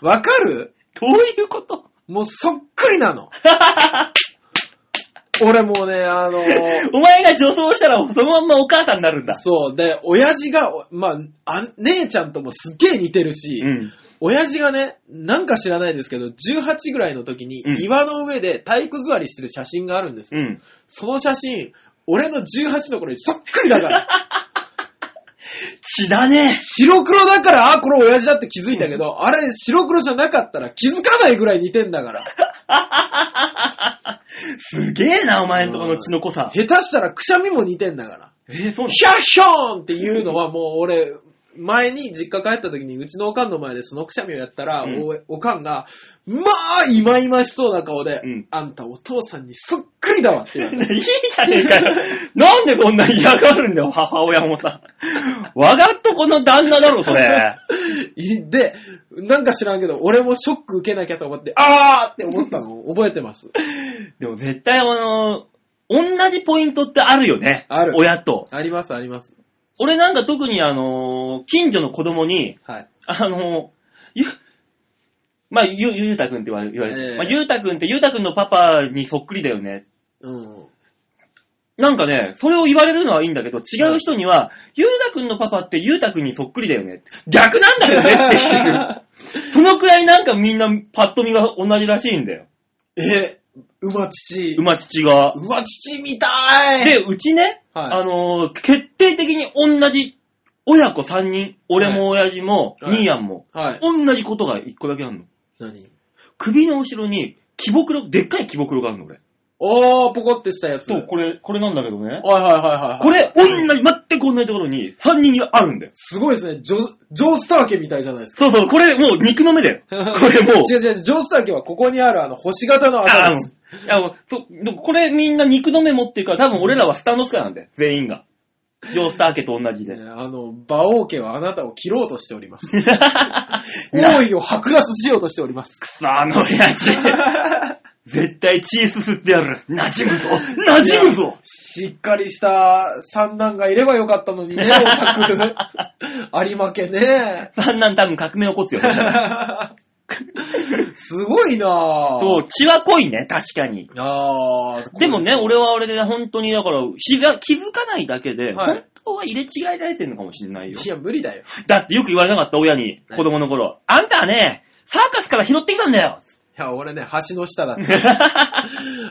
わかる
どういうこと
もうそっくりな の。俺もうね、あの ー
お前が女装したら、そのまんまお母さんになるんだ。
そう、で、親父が、おまあ、あ姉ちゃんともすっげえ似てるし、
うん。
親父がね、なんか知らないですけど、18ぐらいの時に
うん
岩の上で体育座りしてる写真があるんです。
うん。
その写真、俺の18の頃にそっくりだから。
血だね。
白黒だから、あ、これ親父だって気づいたけど、あれ白黒じゃなかったら気づかないぐらい似てんだから。
すげえな、お前んとこの血の濃さ。
下手したらくしゃみも似てんだから。
えー、そうなの
ヒャッヒョーンっていう のはもう俺、前に実家帰った時にうちのおかんの前でそのくしゃみをやったら、
うん
おおかんが、まあ、いまいましそうな顔で、
うん
あんたお父さんにそっくりだわって言われた。
いいじゃねえかよ。 なんでそんな嫌がるんだよ、母親もさ。わがっとこの旦那だろ、それ。
い で、なんか知らんけど、俺もショック受けなきゃと思って、あーって思ったのを覚えてます。
でも絶対あの、同じポイントってあるよね。
ある
親と。
あります、あります。
俺なんか特にあの、近所の子供に、
はい。
あの、ゆ、まあ、ゆ、ゆうたくんって言われ言われて、
ええ
まあ、ゆうたくんってゆうたくんのパパにそっくりだよね。
うん。
なんかね、それを言われるのはいいんだけど、違う人には、ゆうたくんのパパってゆうたくんにそっくりだよね。逆なんだよねっていう。 そのくらいなんかみんなパッと見が同じらしいんだよ。
え、馬父。
馬父が。
馬父みたい
で、うちね、
はい
あのー決定的に同じ親子3人、俺も親父も、
はい
兄やんも、
はい。
同じことが1個だけあるの。
何
首の後ろに、木袋、でっかい木袋があるの、俺。
おー、ポコってしたやつ。
そう、これ、これなんだけどね。
はいはいはいはい。
これ、同じ、全く同じところに3人あるんだよ。
すごいですね。ジョ、ジョースター家みたいじゃないですか。。
そうそう、これもう肉の目 だよ。これもう
違う違う、ジョースター家はここにあるあの星型の
あ
頭
あ
で
の
す。
いやもうそうでもこれみんな肉の目持ってるから、多分俺らはスタンドスカなんで、全員が。ジョースター家と同じ
ね
で。
あの、馬王家はあなたを切ろうとしております。王位を剥奪しようとしております。
くそ、あの親 父。絶対血すすってやる。馴染むぞ。馴染むぞ。
しっかりした三男がいればよかったのにね、オタク。 ありまけね。
三男多分革命起 こすよ。
すごいなぁ。
そう、血は濃いね、確かに。
あー
でもね、、俺は俺で本当に、だから、気が、気づかないだけで、
はい
本当は入れ違えられてるのかもしれないよ
い。や、無理だよ。
だってよく言われなかった、親に、
何
子供の頃。あんたはね、サーカスから拾ってきたんだ よ。
いや、俺ね、橋の下だって。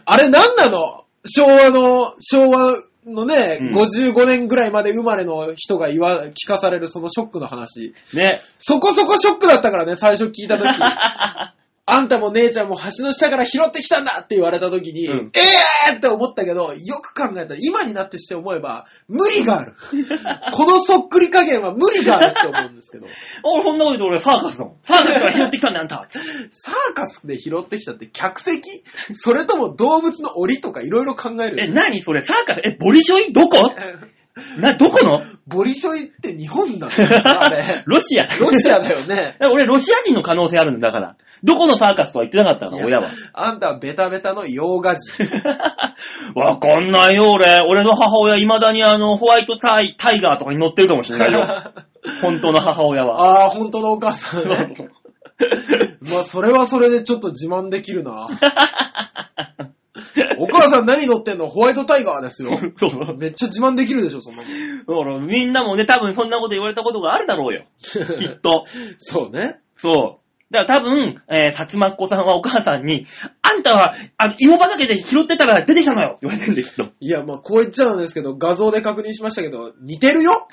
あれなんなの昭和の、昭和のね、
うん
55年ぐらいまで生まれの人が言わ、聞かされるそのショックの話。
ね。
そこそこショックだったからね、最初聞いた時。 あんたも姉ちゃんも橋の下から拾ってきたんだって言われた時に、
うん
ええーって思ったけど、よく考えたら今になってして思えば、無理があ る。このそっくり加減は無理があるって思うんですけど。
俺、そんなこと言うと俺サーカスだもん。サーカスから拾ってきたんだよ、あんた。
サーカスで拾ってきたって客席それとも動物の檻とかいろいろ考える。
え、何それサーカスえ、ボリショイどこな、どこの。
ボリショイって日本なのあれ
ロシア。
ロシアだよね。
え俺、ロシア人の可能性あるんだから。どこのサーカスとは言ってなかったの、 親は。
あんたはベタベタの洋画人。
わかんないよ、俺。俺の母親、未だにあの、ホワイトタイタイガーとかに乗ってるかもしれない よ。本当の母親は。
ああ、本当のお母さんね。まあ、それはそれでちょっと自慢できるな。お母さん何乗ってんのホワイトタイガーですよ。
そうそう
めっちゃ自慢できるでしょ、そんなもん。
だからみんなもね、多分そんなこと言われたことがあるだろうよ。き っと。
そうね。
そう。だから多分、えー、さつまっこさんはお母さんに、あんたは、あの、芋畑で拾ってたから出てきたのよって言われてるんですよ。
いや、まあ、こう言っちゃうんですけど、画像で確認しましたけど、似て るよ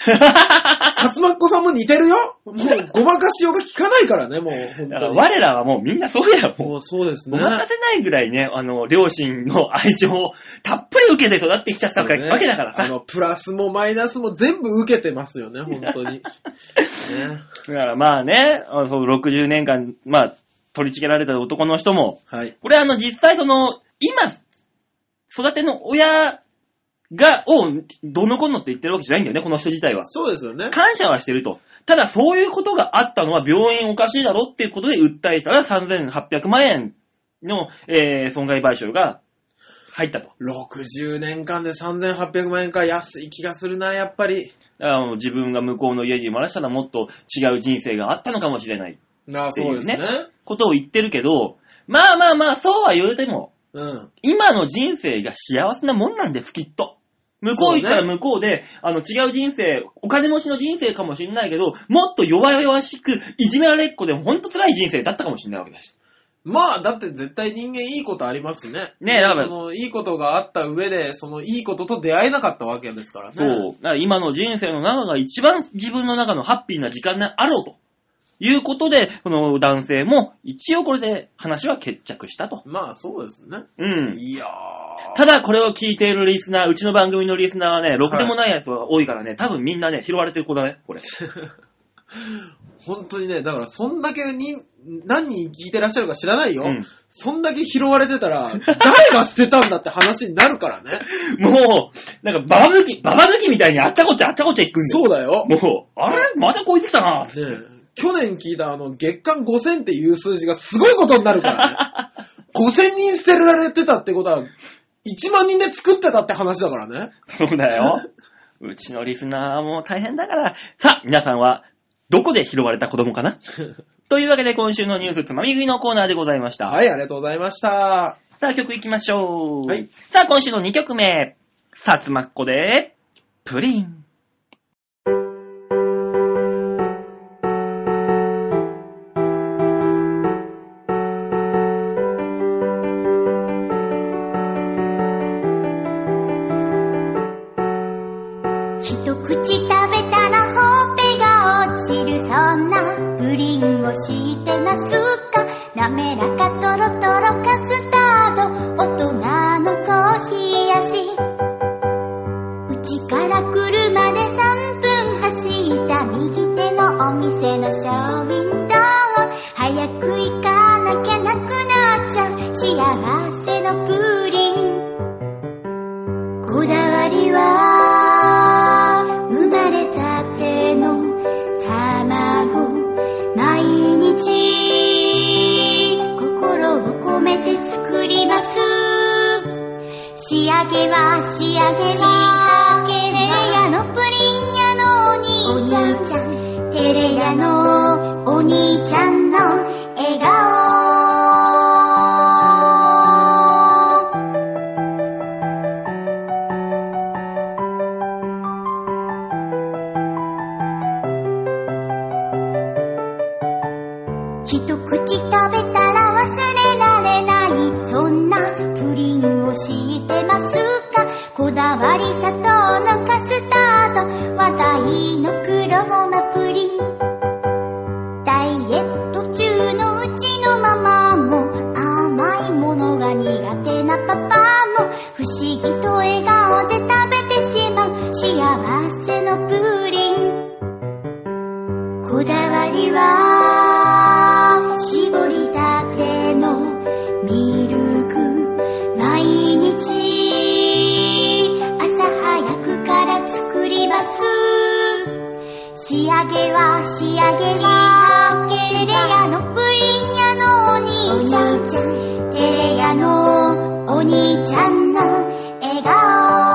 さつまっこさんも似てるよもう、ごまかしようが効かないからね、もう、本
だから
当
我らはもうみんなそうや
に。
もう。
もうそうです
ご
ね。
まかせないぐらいね、あの、両親の愛情をたっぷり受けて育ってきちゃったわけ,、
そうね
だからさ。
あの、プラスもマイナスも全部受けてますよね、本当に。 ね
だからまあね、あのそう60年間、まあ、取り付けられた男の人も、
はい。
これあの実際その、今、育ての親が、を、どうのこうのって言ってるわけじゃないんだよね、この人自体は。
そうですよね。
感謝はしてると。ただそういうことがあったのは病院おかしいだろっていうことで訴えしたら3800万円の、えー損害賠償が入ったと。
60年間で3800万円か安い気がするな、やっぱり。
あの自分が向こうの家に生まれしたらもっと違う人生があったのかもしれない
なあ、そうですね
ってことを言ってるけど、まあまあまあ、そうは言うても、
うん。
今の人生が幸せなもんなんです、きっと。向こう行ったら
そう
向こうで、あの違う人生、お金持ちの人生かもしれないけど、もっと弱々しく、いじめられっ子でもほんと辛い人生だったかもしれないわけだし。
まあ、だって絶対人間いいことありますね。
ねえだから
その、いいことがあった上で、その、いいことと出会えなかったわけですからね。
そう。だから今の人生の中が一番自分の中のハッピーな時間であろうと。いうことで、この男性も一応これで話は決着したと。
まあ、そうですね。
うん。
いやー。
ただこれを聞いているリスナー、うちの番組のリスナーはね、ろくでもないやつが多いからね、多分みんなね、拾われてる子だね、これ。
本当にね、だから、そんだけに、何人聞いてらっしゃるか知らないよ。
うん
そんだけ拾われてたら、誰が捨てたんだって話になるか らね。
もう、なんかババ抜き、ババ抜きみたいにあっちゃこっちゃあっちゃこっちゃ行くんだよ。
そうだよ。
もう、あれまたこいつ来たな
ねえ去年聞いたあの月間5000っていう数字がすごいことになるからね。5000人捨てられてたってことは、1万人で作ってたって話だからね。
そうだよ。うちのリスナーも大変だから。さあ、皆さんは、どこで拾われた子供か なというわけで今週のニュースつまみ食いのコーナーでございました。
はい、ありがとうございました。
さあ、曲いきましょう。
はい
さあ、今週の2曲目。さつまっこで、プリン。
一口食べたらほっぺが落ちるそんなプリンをしてますか滑らかトロトロカスタード大人のコーヒー味うちから車で3分走った右手のお店のショーウィンドウ早く行かなきゃなくなっちゃう幸せのプリンこだわりは生まれたての卵毎日心を込めて作ります仕上げは仕上げはテレヤのプリン屋のお兄ちゃんテレヤのお兄ちゃんの笑顔一口食べたら忘れられないそんなプリンをしてますかこだわり砂糖のカスタード話題の黒ごまプリンダイエット中のうちのママも甘いものが苦手なパパも不思議と笑顔で食べてしまう幸せのプリンこだわりは絞りたてのミルク毎日朝早くから作ります仕上げは仕上げはテレヤのプリン屋のお兄ちゃんテレヤのお兄ちゃんの笑顔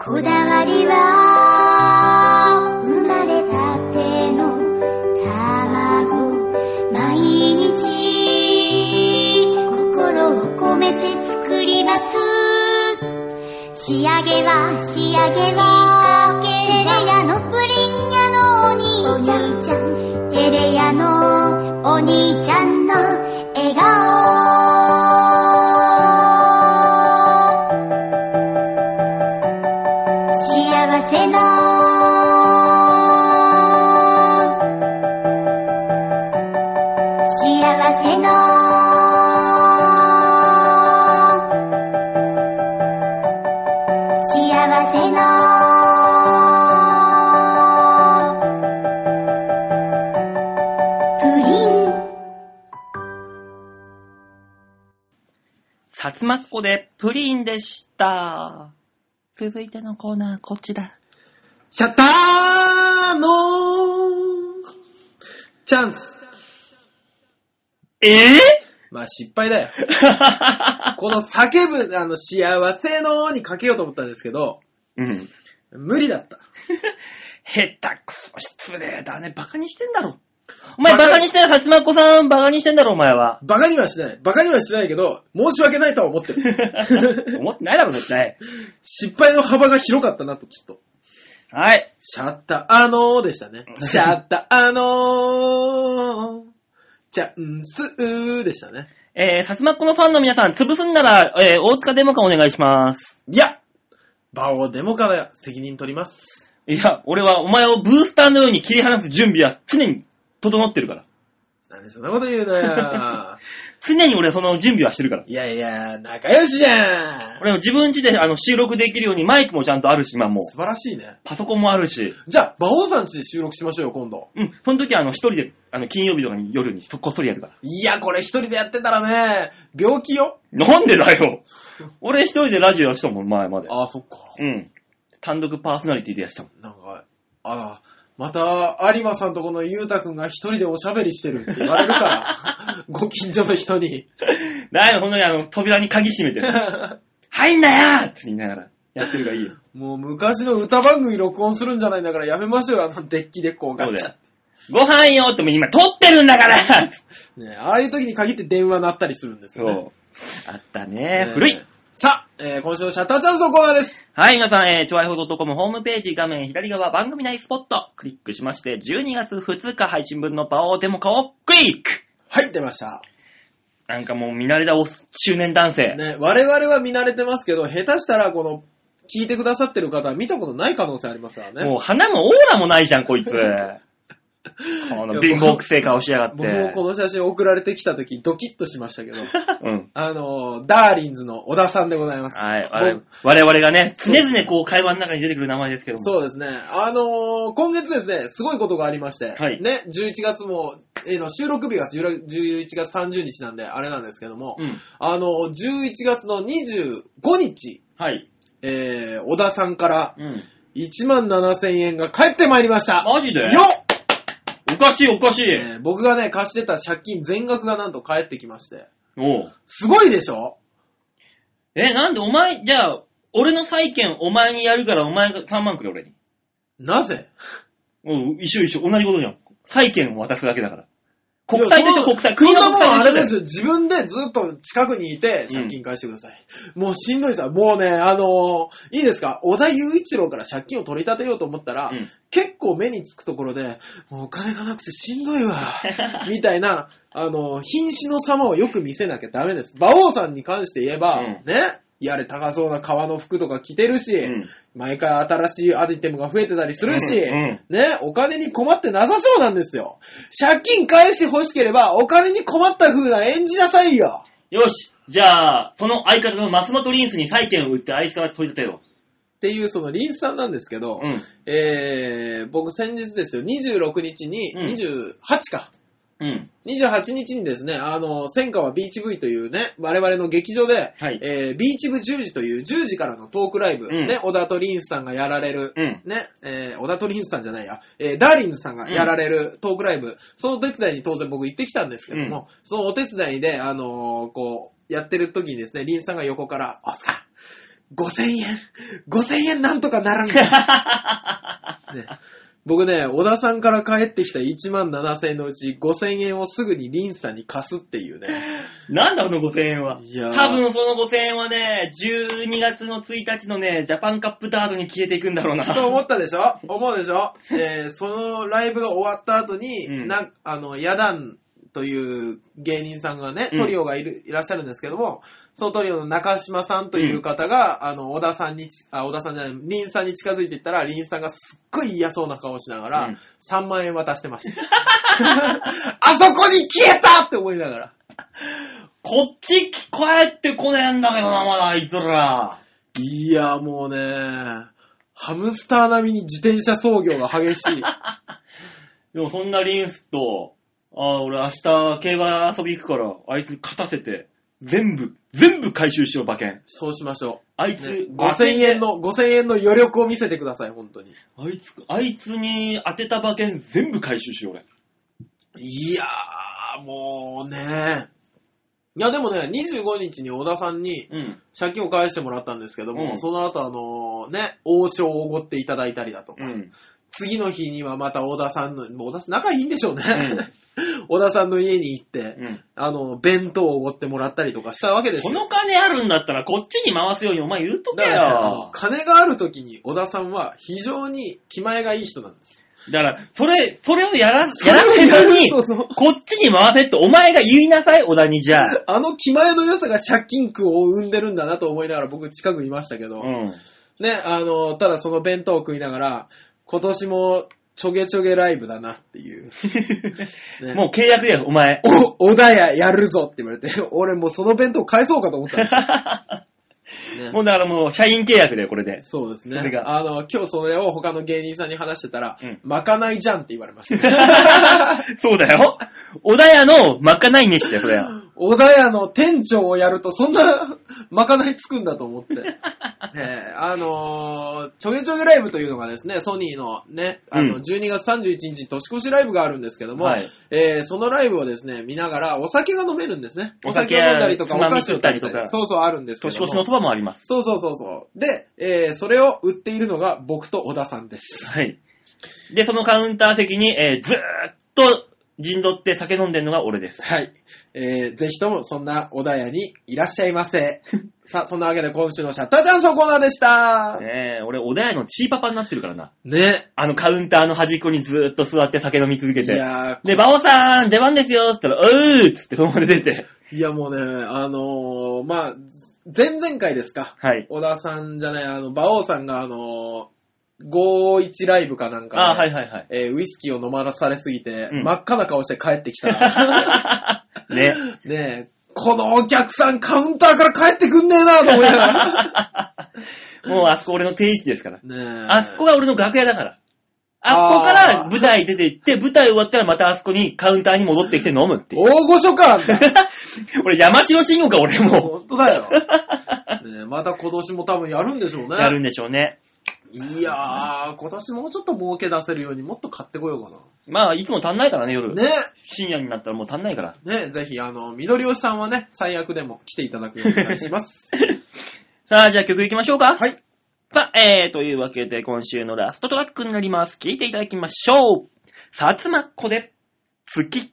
こだわりは生まれたての卵毎日心を込めて作ります仕上げは仕上げはテレヤのプリン屋のお兄ちゃんテレヤのお兄ちゃんの笑顔幸せの幸せの幸せのプリン
さつまっこでプリンでした。続いてのコーナー、こちら。
シャッターのチャンス。
え
まあ失敗だよ。
ぇ、
この叫ぶ、あの、幸せのにかけようと思ったんですけど、
うん。
無理だった。
下手くそ、失礼だね。バカにしてんだろ。お前バカにしてない、さつまっこさん、バカにしてんだろ、お前は。
バカにはしない。バカにはしないけど、申し訳ないとは思っ てる。
思ってないだろ、絶対。
失敗の幅が広かったなと、ちょっと。
はい。
シャッターのーでしたね。シャッターのー、チャンスーでしたね。
えー、さつまっこのファンの皆さん、潰すんなら、えー、大塚デモカお願いします。
いや、バオデモから責任取ります。
いや、俺はお前をブースターのように切り離す準備は常に整ってるから。
なんでそんなこと言うのよ。
常に俺はその準備はしてるから。
いやいや、仲良しじゃん。
俺は自分家であの収録できるようにマイクもちゃんとあるし、今もう。
素晴らしいね。
パソコンもあるし。
じゃあ、馬王さん家で収録しましょうよ、今度。
うん。その時はあの一人で、あの金曜日とかに夜にそこっそりやるから。
いや、これ一人でやってたらね、病気よ。
なんでだよ俺一人でラジオやしたもん、前まで。
ああ、そっか。
うん。単独パーソナリティでやしたもん。
なんか、ああ、また、有馬さんとこのゆうたくんが一人でおしゃべりしてるって言われる から、ご近所の人に。
だよ、ほん とにあの扉に鍵閉めて。入んなよって言いながらやってるからいいよ。
もう昔の歌番組録音するんじゃないんだからやめましょうよ、あのデッキでこうガ
そう
チ
だよ
ャ。。
ご飯よっても今撮ってるんだから
ね、ああいう時に限って電話鳴ったりするんです
そ
よね。
う。あった
え
ね。古い。
さあ、えー今週のシャッターチャンスのコーナーです。
はい、皆さん、えー、ちょいほど .com ホームページ画面左側番組内スポット、クリックしまして、12月2日配信分のパオデモ化をクリック
はい、出ました。
なんかもう見慣れたお中年男性。
ね、我々は見慣れてますけど、下手したらこの、聞いてくださってる方は見たことない可能性ありますからね。
もう花もオーラもないじゃん、こい つ。この貧乏くせえ顔しやがっ
僕も
て。
この写真送られてきた時ドキッとしまし たけど。
うん。
あのー、ダーリンズの小田さんでございます。
はい、
も
我
う
我々がね、常々こう会話の中に出てくる名前ですけども。
そうですね。あのー、今月ですね、すごいことがありまして、
はい
ね、11月も、えーの収録日が10 11月30日なんで、あれなんですけども、
うん。
あのー、11月の25日、
はい。
えー、小田さんから
うん。
1万7000円が返ってまいりました。
マジで
よっ、
おかしい、おかしい。
えー僕がね、貸してた借金全額がなんと返ってきまして、
おう
すごいでしょ
え、なんでお前、じゃあ、俺の債権お前にやるからお前が3万くれ、俺に。
なぜ
おう一緒一緒、同じことじゃん。債権を渡すだけだから。国際でしょ、
いや
国際。
そ
国
ん
の
そん
国
なもんあ
際
れ
で
で
しょ。
す。自分でずっと近くにいて、借金返してください。もうしんどいさ。もうね、あのーいいですか小田雄一郎から借金を取り立てようと思ったら、
うん
結構目につくところで、もうお金がなくてしんど いわ。みたいな、あのー瀕死の様をよく見せなきゃダメです。馬王さんに関して言えば、
うん
ね、やれ高そうな革の服とか着てるし、
うん
毎回新しいアイテムが増えてたりするし、
うんうん
ね、お金に困ってなさそうなんですよ。借金返して欲しければ、お金に困った風な演じなさいよ。
よし、じゃあ、その相方の松本リンスに債権を売ってあいつから取り立てよ
っていう、その、リンスさんなんですけど、
う。うん。
えー、僕先日ですよ、26日に、
うん
28か。
うん。
28日にですね、あの、戦火はビーチ部というね、我々の劇場で、
はい
えービーチ部10時という10時からのトークライブ、
うん
ね、小田とリンスさんがやられる、
うん。
ね、えー、小田トリンスさんじゃないや、えー、ダーリンズさんがやられるトークライブ、そのお手伝いに当然僕行ってきたんですけども、そのお手伝いで、あのーこう、やってる時にですね、リンさんが横から、オスカー !5000 円 !5000 円なんとかならんか、ね、僕ね、小田さんから帰ってきた1万7000円のうち5000円をすぐにリンさんに貸すっていうね。
なんだこの5000円は。
いやー
多分その5000円はね、12月の1日のね、ジャパンカップダートに消えていくんだろうな。
と思ったでしょ思うでしょえーそのライブが終わった後に、
うん
なんあの、ヤダンという芸人さんがね、
うん
トリオがいる、いらっしゃるんですけども、そのトリオの中島さんという方が、あの、小田さんにち、あ、小田さんじゃない、リンさんに近づいていったら、リンさんがすっごい嫌そうな顔をしながら、
うん
3万円渡してました。 あそこに消えたって思いながら。
こっち聞こえってこねえんだけどな、まだあいつら。
いや、もうね、ハムスター並みに自転車操業が激 しい。
でもそんなリンスと、あー俺明日競馬遊び行くから、あいつ勝たせて、全部、全部回収しよう、馬券。
そうしましょう。
あいつ、
ね
馬
5000
券で
円。の、5000円の余力を見せてください、本当に。
あいつ、あいつに当てた馬券全部回収しよう、俺。
いやー、もうね。いや、でもね、25日に小田さんに
うん。
借金を返してもらったんですけども、
うん
その後、あのね、王将をおごっていただいたりだとか、
うん。
次の日にはまた小田さんの、もう小田さん、仲いいんでしょうね。
ん
小田さんの家に行って、
うん。
あの、弁当をおごってもらったりとかしたわけです
こ
よ。
の金あるんだったらこっちに回すようにお前言うとけ
だから、あの
よ。
金がある時に小田さんは非常に気前がいい人なんです。
だから、それ、それをやら、やら
それを
せ
や
ず
る
に、
そうそう
こっちに回せってお前が言いなさい、小田にじゃあ。
あの気前の良さが借金苦を生んでるんだなと思いながら僕近くいましたけど、
うん。
ね、あの、ただその弁当を食いながら、今年もちょげちょげライブだなっていう。ね
もう契約だよ、お 前。
お、小田屋やるぞって言われて、俺もうその弁当返そうかと思ったん ですよね
もうだからもう、社員契約だよ、これで。
そうです
それ
ね。
が
あの、今日それを他の芸人さんに話してたら、
うん
まかないじゃんって言われ ました。
そうだよ。小田屋のまかないにして、それ は。
小田屋の店長をやるとそん なまかないつくんだと思って。ねえあのーちょげちょげライブというのがですね、ソニーのね、あ
う
の、
ん
12月31日に年越しライブがあるんですけども、
はい
えーそのライブをですね、見ながらお酒が飲めるんですね。
お酒
を飲んだりとか、
つまみ
お菓子を食べ
食ったりとか
そうそうあるんですけ
年
ども。
越しのそばもあります。
そうそうそうそう。で、えーそれを売っているのが僕と小田さんです。
はい。で、そのカウンター席に、えー、ずーっと陣取って酒飲んでるのが俺です。
はい。えー、ぜひともそんな小田屋にいらっしゃい ませ。さあ、そんなわけで今週のシャッターチャンスのコーナーでした。
ねえ、俺、小田屋のチーパパになってるからな。
ね。
あのカウンターの端っこにずーっと座って酒飲み続け
い
て。
や
で、バオさん、出番ですよって言ったら、うーっつってそのまま出て。
ーいやもうね、あのーまあ、前々回ですか。
はい。
小田さんじゃない、あの、馬王さんが、あのー、51ライブかなんかで、
あーはいはいはい。
えーウイスキーを飲まされすぎて、
うん
真っ赤な顔して帰ってき たら、
ね。
ねえ、このお客さんカウンターから帰ってくんねえなと思いなが ら。
もうあそこ俺の定位置ですから。
ねえ。
あそこが俺の楽屋だから。あそこから舞台出て行って、舞台終わったらまたあそこにカウンターに戻ってきて飲むっていう。
大御 所かあんた
俺山城慎吾か、俺 も。
本当だよ。ねえまた今年も多分やるんでしょうね。
やるんでしょうね。
いやー、今年もうちょっと儲け出せるようにもっと買ってこようか
まあ、いつも足んないからね、夜。
な。ね
深夜になったらもう足んないから。
ね、ぜひ、あの、緑吉さんはね、最悪でも来ていただくようにお願い します。
さあ、じゃあ曲行きましょうか。
はい。
さあ、えー、というわけで今週のラストトラックになります。聴いていただきましょう。さつまっこで、月。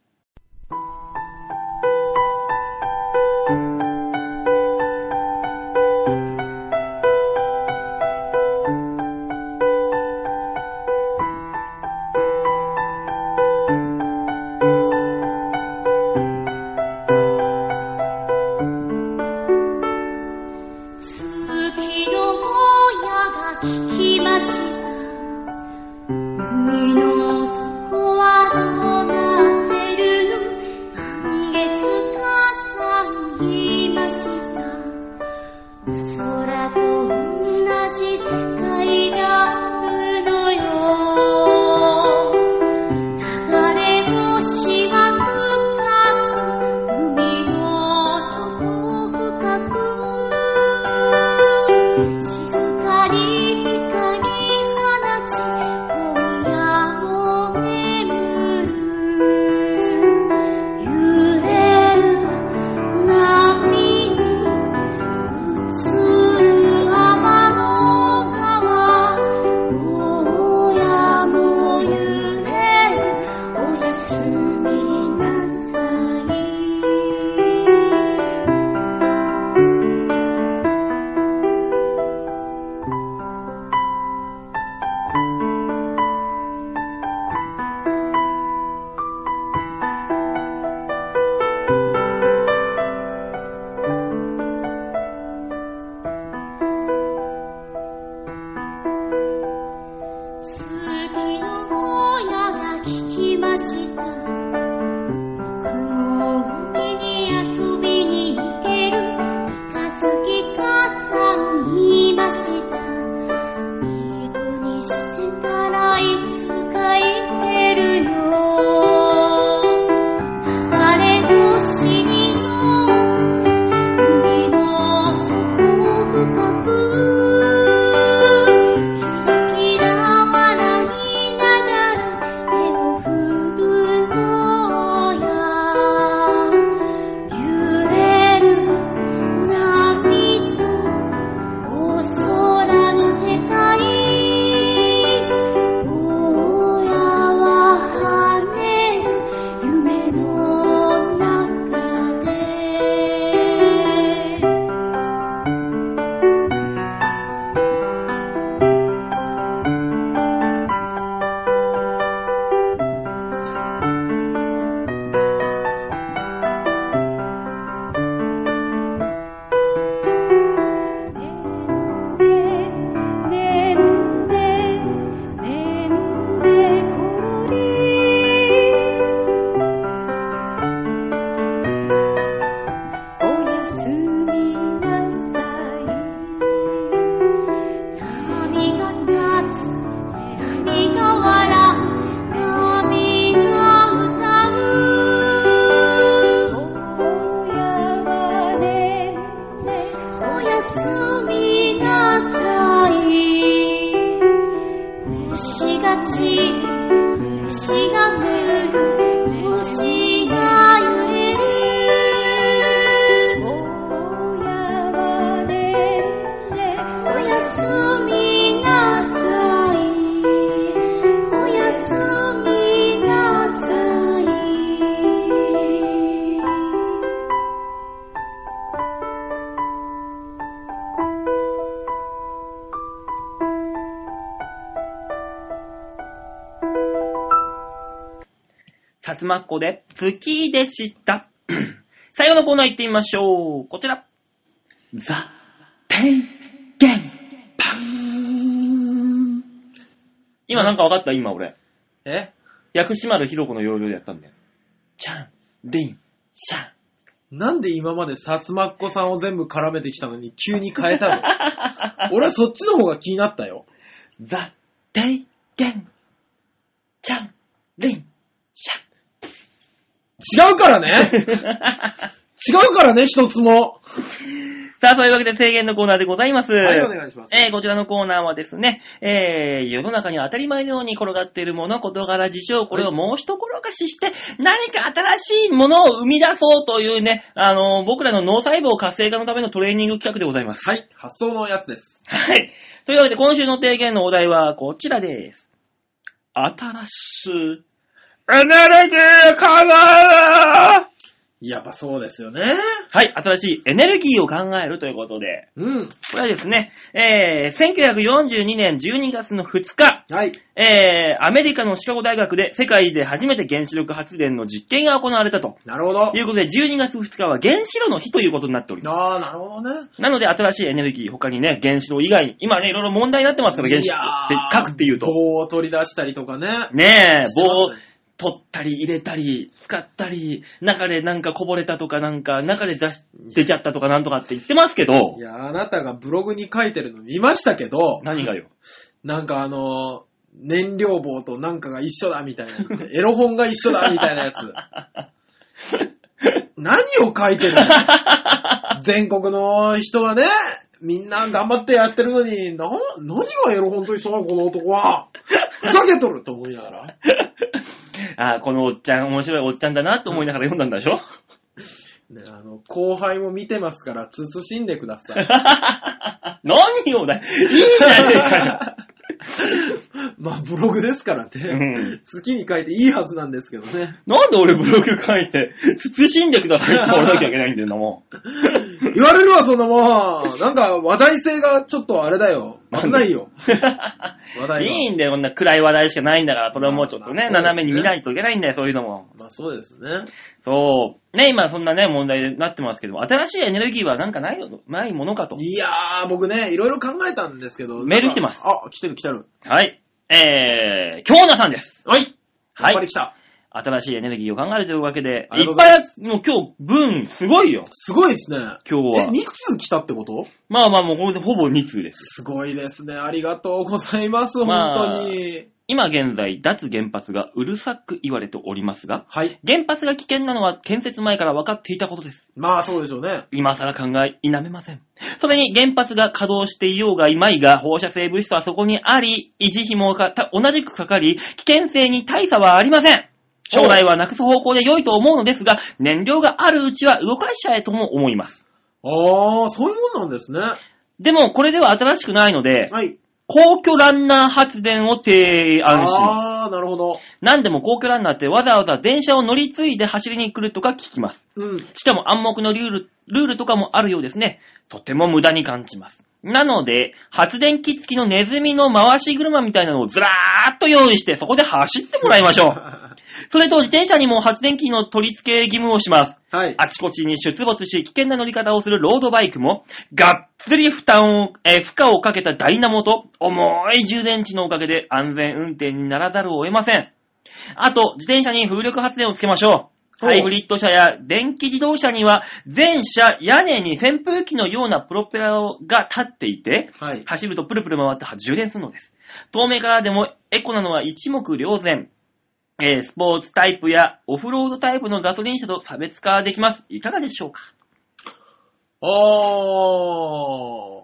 夏まっこで月でした。 最後のコーナー行ってみましょう。こちら。ザ・天元今なんか分かった今俺。
え
薬師丸ひろ子の要領でやったんだよ。チャン、リン、シャン。
なんで今までさつまっこさんを全部絡めてきたのに急に変 えたの俺はそっちの方が気になったよ。
ザ・天元チャン、リン、シャン。
違うからね違うからね、一つも。
さあ、そういうわけで制限のコーナーでございます。
はい、お願いします。
えーこちらのコーナーはですね、えー世の中に当たり前のように転がっているもの、事柄、事象、これをもう一転がしして、何か新しいものを生み出そうというね、あのー僕らの脳細胞活性化のためのトレーニング企画でございます。
はい、発想のやつです。
はい。というわけで、今週の提言のお題はこちらです。新しいエネルギー考える
やっぱそうですよね。
はい、新しいエネルギーを考えるということで、
うん。
これはですね、えー、1942年12月の2日、
はい。
えー、アメリカのシカゴ大学で世界で初めて原子力発電の実験が行われたと。
なるほど
とい。うことで、12月2日は原子炉の日ということになっておりま
ああ、なるほどね。
す。なので、新しいエネルギー、他にね、原子炉以外に、今ね、いろいろ問題になってますから、原子炉って、核っていうと。
棒を取り出したりとかね。
ねえ、棒を
してますね
取ったり入れたり、使ったり、中でなんかこぼれたとかなんか、中で出し出ちゃったとかなんとかって言ってますけど
い、やーあなたがブログに書いてるの見ましたけど、
何がよ。
なんかあのー燃料棒となんかが一緒だみたいな。エロ本が一緒だみたいなやつ。 何を書いてるの全国の人がね、みんな頑張ってやってるのに、な、何がエロ本と一緒なのこの男は。ふざけとると思いながら。
あーこのおっちゃん、面白いおっちゃんだなと思いながら読んだんだでしょ
ね、あの、後輩も見てますから、慎んでく ださい。
何をだいいじゃねえかよ。
まあ、ブログですからね。
うん
好きに書いていいはずなんですけどね。
なんで俺ブログ書いて、慎んでくださいって言わなきゃいけないんだよな、 もう。
言われるわ、そんなもん。なんか、話題性がちょっとあれだよ。なんないよ。話題
い
が。
いんだよ、こんな暗い話題しかないんだから、それをもうちょっとね、
まあまあそう
斜
ですね
めに見ないといけないんだよ、そういうのも。
まあ、そうですね。
そう。ね、今そんなね、問題になってますけども、新しいエネルギーはなんかないのないものかと。
いやー、僕ね、いろいろ考えたんですけど。
メール来てます
あ、来てる来てる。
はい。えー、京奈さんです。
はい。
はい
やっぱり来た。
新しいエネルギーを考えるというわけで、
あり
いっ
がとうご
ぱ
ざい
い
ま
あ、もう今日、文、すごいよ。
すごいですね。
今日
え、
は。
2通来たってこと
まあまあ、もうこれでほぼ2通です。
すごいですね。ありがとうございます、
ま
本
あ
当に。
今現在、脱原発がうるさく言われておりますが、
はい。
原発が危険なのは建設前から分かっていたことです。
まあ、そうでしょうね。
今更考え、否めません。それに原発が稼働していようがいまいが、放射性物質はそこにあり、維持費もかた同じくかかり、危険性に大差はありません。将来はなくす方向で良いと思うのですが、燃料があるうちは動かしちゃえとも思います。
あー、そういうもんなんですね。
でも、これでは新しくないので、
はい。
皇居ランナー発電を提案します。
あー、なるほど。
何でも皇居ランナーってわざわざ電車を乗り継いで走りに来るとか聞きます。
うん。
しかも暗黙のルール、ルールとかもあるようですね。とても無駄に感じます。なので、発電機付きのネズミの回し車みたいなのをずらーっと用意して、そこで走ってもらいまし ょう。それと自転車にも発電機の取り付け義務をします。
はい。
あちこちに出没し、危険な乗り方をするロードバイクも、がっつり負担を、えー負荷をかけたダイナモと、重い充電池のおかげで安全運転にならざるを得ません。あと、自転車に風力発電をつけましょう。
ほう
ハイブリッド車や電気自動車には、全車屋根に扇風機のようなプロペラが立っていて、
はい。
走るとプルプル回って充電するのです。透明からでもエコなのは一目瞭然。えースポーツタイプやオフロードタイプのガソリン車と差別化できます。いかがでしょうか
あ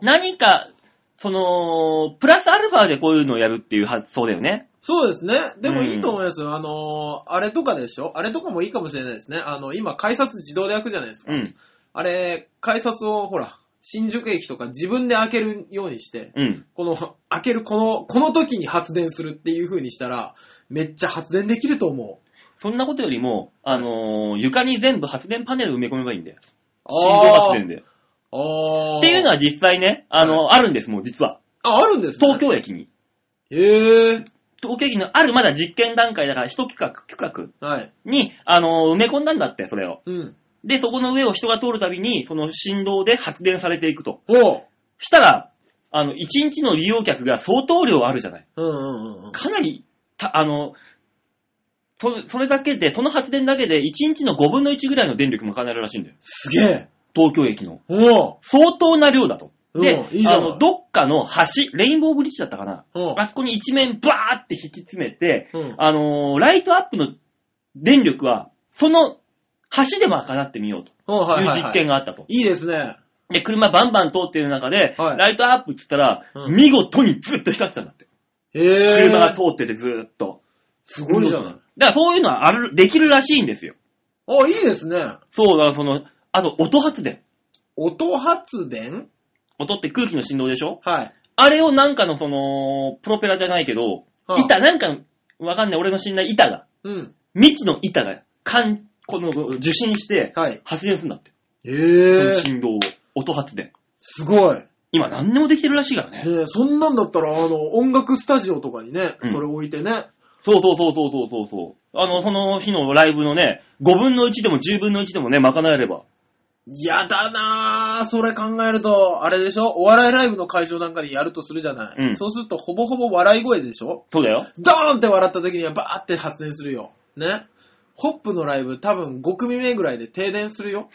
ー。
何か、その、プラスアルファでこういうのをやるっていう発想だよね。
そうですね。で
う
も
ん
いいと思いますよ。あのーあれとかでしょあれとかもいいかもしれないですね。あの、今、改札自動で開くじゃないですか。
うん。
あれ、改札を、ほら、新宿駅とか自分で開けるようにして、
うん。
この、開ける、この、この時に発電するっていう風にしたら、めっちゃ発電できると思う。
そんなことよりも、あのー床に全部発電パネル埋め込めばいいんだよ。
あー
振動発電で。っ
あー。
ていうのは実際ね、あのーあるんです、もう実は。
あ、あるんですね。
東京駅に。
へえ。
統計技のあるまだ実験段階だから、一区画、区画
はい。
に、あの、埋め込んだんだって、それを。
うん。
で、そこの上を人が通るたびに、その振動で発電されていくと。
おう。
したら、あの、1日の利用客が相当量あるじゃない。
うんうんうんうん。
かなり、たあの、とそれだけで、その発電だけで1日の5分の1ぐらいの電力も賄えるらしいんだよ。
すげえ。
東京駅の。
おう。
相当な量だと。で
うんいい、じゃ
あ
ん
の、どっかの橋、レインボーブリッジだったかな。
おう。
あそこに一面バーって引き詰めて、
うん。
あのーライトアップの電力は、その橋で賄ってみようと
おうはいいうはいはい。
実験があったと。
いいですね。
で、車バンバン通ってる中で、
はい
ライトアップって言ったら、
うん
見事にずっと光ってたんだって。
ええ。
車が通っててずーっと。
すごいじゃな
だ。
い
からそういうのはある、できるらしいんですよ。
あ、いいですね。
そう、だからその、あと音発電。
音発電
音って空気の振動でしょ
はい。
あれをなんかのその、プロペラじゃないけど、
はあ
板、なんかの、わかんない、俺の知んない板が、
うん。
未知の板が、かん、この、受信して、
はい。
発電するんだって。そ
え
の
え。
振動を、音発電。
すごい。ね
今何でもできてるらしいからね。
えそんなんだったら、あの、音楽スタジオとかにね、
うん
それ置いてね。
そうそうそうそうそうそうそう。あの、その日のライブのね、5分の1でも10分の1でもね、賄えれば。
やだなぁ。それ考えると、あれでしょお笑いライブの会場なんかでやるとするじゃない。
うん
そうすると、ほぼほぼ笑い声でしょ
そうだよ。
ドーンって笑った時にはバーって発電するよ。ね。ホップのライブ多分5組目ぐらいで停電するよ。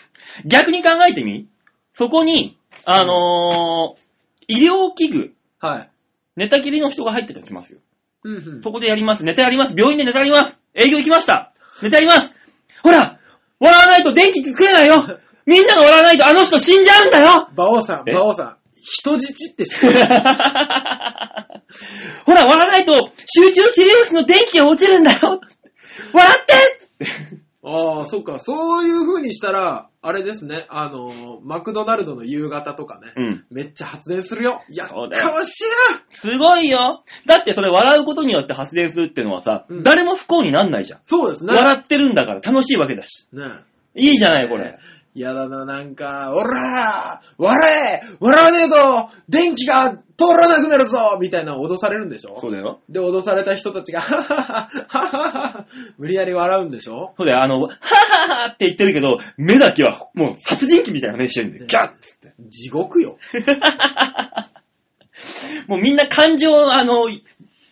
逆に考えてみそこに、あのー医療器具、
はい。
寝たきりの人が入ってたとしますよ。
うんうん。
そこでやります。寝てやります。病院で寝てやります。営業行きました。寝てやります。ほら笑わないと電気作れないよみんなが笑わないとあの人死んじゃうんだよ
馬王さん、
え
馬王さん、人質って知っ
ほ
てる
ら笑わないと集中治療室の電気が落ちるんだよ笑って
ああ、そっか。そういう風にしたら、あれですね。あのー、マクドナルドの夕方とかね。
うん。
めっちゃ発電するよ。やっ
そうだよ
かましいな
すごいよだってそれ笑うことによって発電するってのはさ、
うん
誰も不幸になんないじゃん。
そうですね。
笑ってるんだから楽しいわけだし。
ね
いいじゃない、これ。
やだな、なんか、おらー笑え笑わねえと、電気が通らなくなるぞみたいな脅されるんでしょ
そうだよ。
で、脅された人たちが、 はははははは無理やり笑うんでしょ
そうだよ、あの、ははははって言ってるけど、目だけはもう殺人鬼みたいな目してるんで、
ね
ギャッつって。
地獄よ。
もうみんな感情、あの、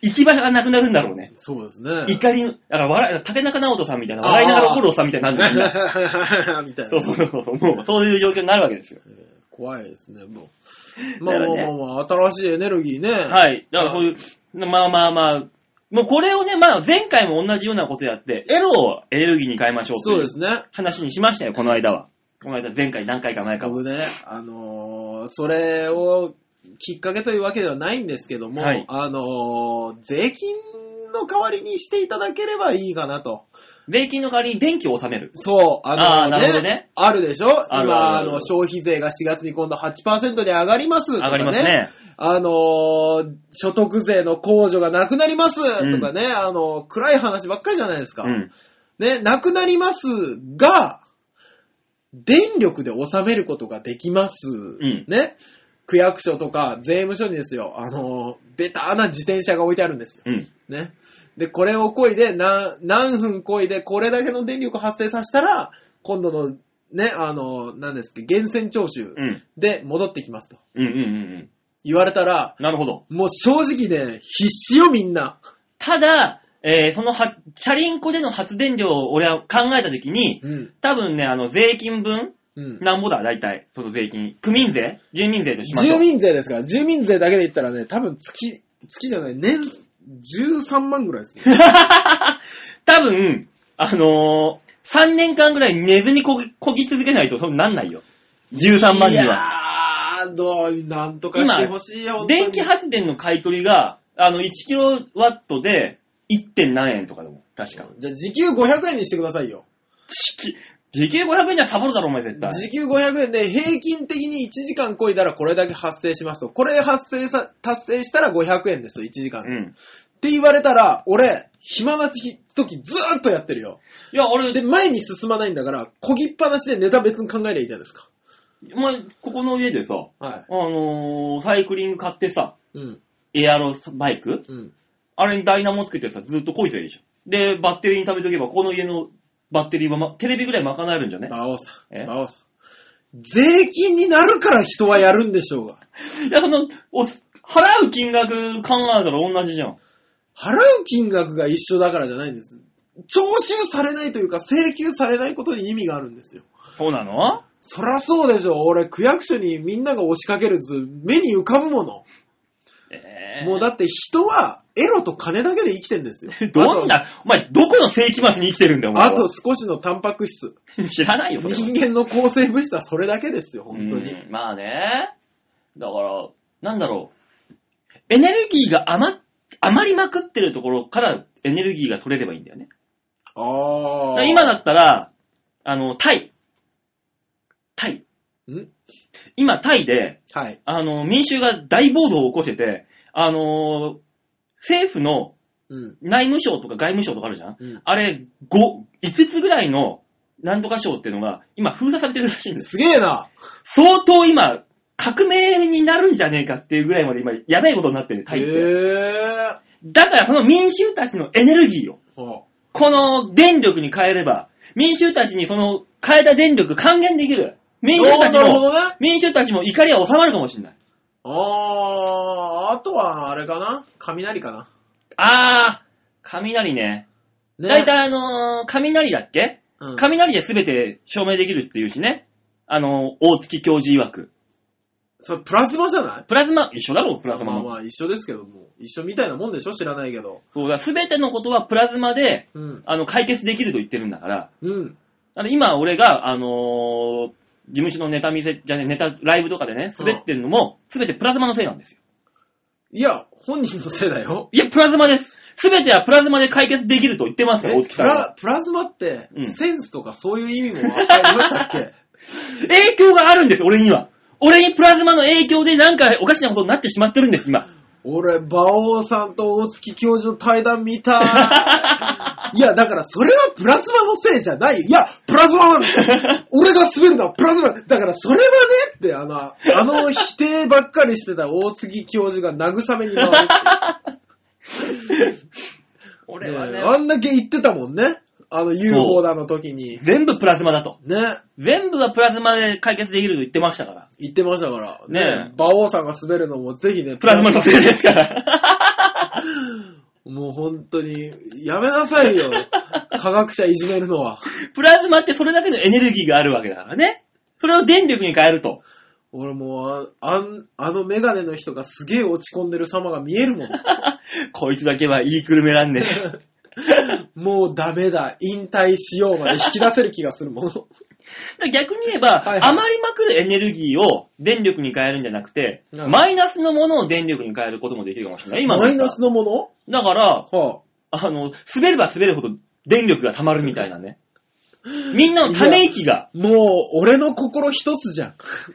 行き場がなくなるんだろうね。
そうですね。
怒りの、だから笑い、竹中直人さんみたいな、笑いながら怒るおっさんみたいになるんだよみんな。
みたい
そう
な。
そうそう、もうそういう状況になるわけですよ。
怖いですね、もう。
だか
まあま
ら
あ
ね
まあまあ、新しいエネルギーね。い。
はい。だからそういう、まあまあまあ、もうこれをね、まあ前回も同じようなことやって、エロをエネルギーに変えましょうと
そう
い
で
う
すね。
話にしましたよ、この間は。この間、前回何回か前かは。
僕ね、あのーそれをきっかけというわけではないんですけども、
はい
あのー税金の代わりにしていただければいいかなと。
税金の代わりに電気を納める。
そう、あのー
あーなるほどね
あるでしょ
ある
今、
あ
あ
る
の、消費税が4月に今度8%に上がりますと
上
か、
が
ね。
りますね。
あのー所得税の控除がなくなりますとかね、あのー暗い話ばっかりじゃないですか。
うん。
ね、なくなりますが、電力で納めることができます。
ん
ね。区役所とか税務署にですよ、あのー、ベターな自転車が置いてあるんですよ。
うん。
ね。で、これを漕いで、何、何分漕いで、これだけの電力を発生させたら、今度の、ね、あのー、何ですか、源泉徴収
うん。
で戻ってきますと
うんうんうんうん。
言われたら、
なるほど。
もう正直ね、必死よみんな。
ただ、えーそのは、チャリンコでの発電量を俺は考えたときに、
うん。
多分ね、あの、税金分、
うん。
なんぼだ、大体、その税金。区民税住民税としましょ
住
う。
民税ですから、住民税だけで言ったらね、多分月、月じゃない、年、13万ぐらいです ね。
多分、あのー、3年間ぐらい寝ずにこぎこぎ続けないと、そうなんないよ。13万
い
人は。
やー、どう、なんとかしてほしいよ、本当に
電気発電の買い取りが、あの、1キロワットで 1. 点何円とかでも、確か。
じゃあ、時給500円にしてくださいよ。
時給、時給500円じゃサボるだろ、お前絶対。
時給500円で、平均的に1時間こいだらこれだけ発生しますと。これ発生さ、達成したら500円ですよ、1時間。
う
っ
ん。
て言われたら、俺、暇な時、時ずーっとやってるよ。
いや、俺、
で、前に進まないんだから、こぎっぱなしでネタ別に考えりゃいいじゃないですか。
お前、ここの家でさ、
は
あのーサイクリング買ってさ、
い。うん。
エアロバイク
うん。
あれにダイナモつけてさ、ずっとこいといいでしょ。で、バッテリーに貯めておけば、ここの家のバッテリーは、ま、テレビぐらい賄えるんじゃね
馬王さん、
え
馬王さん。税金になるから人はやるんでしょうが。
いや、その、お払う金額考えたら同じじゃん。
払う金額が一緒だからじゃないんです。徴収されないというか請求されないことに意味があるんですよ。
そうなの
そらそうでしょ。俺、区役所にみんなが押しかける図、目に浮かぶもの。
ええ。
もうだって人は、エロと金だけで生きてんですよ
どんな、お前、どこの世紀末に生きてるんだよ、お前
あ
は
とあと、少しのタンパク 質。
知らないよ、それは
人間の構成物質はそれだけですよ、本当に。
うんまあね。だから、なんだろう。エネルギーが余っ、余りまくってるところからエネルギーが取れればいいんだよね。だ
あ
か
あ。
ら今だったら、あの、タイ。タイ。
ん
今、タイで、
はい。
あの、民衆が大暴動を起こしてて、あの、政府の
うん。
内務省とか外務省とかあるじゃん
うん。
あれ、5、5つぐらいの、なんとか省っていうのが、今封鎖されてるらしいんです。
すげえな。
相当今、革命になるんじゃねえかっていうぐらいまで今、やばいことになってる、タ
へ
イって。
え。
だからその民衆たちのエネルギーを、
ほ
この電力に変えれば、民衆たちにその変えた電力還元できる。民衆たち
おーなるほ
も、
どね
民衆たちも怒りは収まるかもしれない。
うああ、あとは、あれかな雷かな。
あー、雷ね。
ね
だいたいあのー雷だっけ、
うん
雷で全て証明できるっていうしね。あのー大月教授曰く。
それプラズマじゃない
プラズマ、一緒だろ、プラズマ
まあ
も。
まあ一緒ですけども。一緒みたいなもんでしょ知らないけど。
そうだ、全てのことはプラズマで、
うん。
あの、解決できると言ってるんだから、
うん。
あの今俺が、あのー事務所のネタ見せ、じゃね、ネタ、ライブとかでね、滑ってるのも、すべてプラズマのせいなんですよ。
いや、本人のせいだよ。
いや、プラズマです。すべてはプラズマで解決できると言ってますから、
え
大月
プ
さんは。
ラプラズマって
う、ん
センスとかそういう意味もありましたっけ
影響があるんです、俺には。俺にプラズマの影響でなんかおかしなことになってしまってるんです、今。
俺、馬王さんと大月教授の対談見た い。いや、だからそれはプラズマのせいじゃない。いや、プラズマなんです 俺が滑るのはプラズマだからそれはねって、あの、あの否定ばっかりしてた大月教授が慰めに 回って。
俺は
ね
ね
え、あんだけ言ってたもんね。あの UFO だの時に。
全部プラズマだと。
ね。
全部がプラズマで解決できると言ってましたから。
言ってましたから。
ねえ
馬王さんが滑るのもぜひね、
プラズマのせいです から。
もう本当に、やめなさいよ。科学者いじめるのは。
プラズマってそれだけのエネルギーがあるわけだからね。それを電力に変えると。
俺もうあ、あん、あのメガネの人がすげえ落ち込んでる様が見え るもん。
こいつだけはいいくるめらん ねえ。
もうダメだ、引退しようまで引き出せる気がするもん。
だから逆に言えば、
はいはい
余りまくるエネルギーを電力に変えるんじゃなくて、
なるほど
マイナスのものを電力に変えることもできるかもしれない。今の
マイナスのも
だから、
のは
あの、滑れば滑るほど電力が溜まるみたいな ね。みんなのため息が、
あ、もう、俺の心一つじゃん。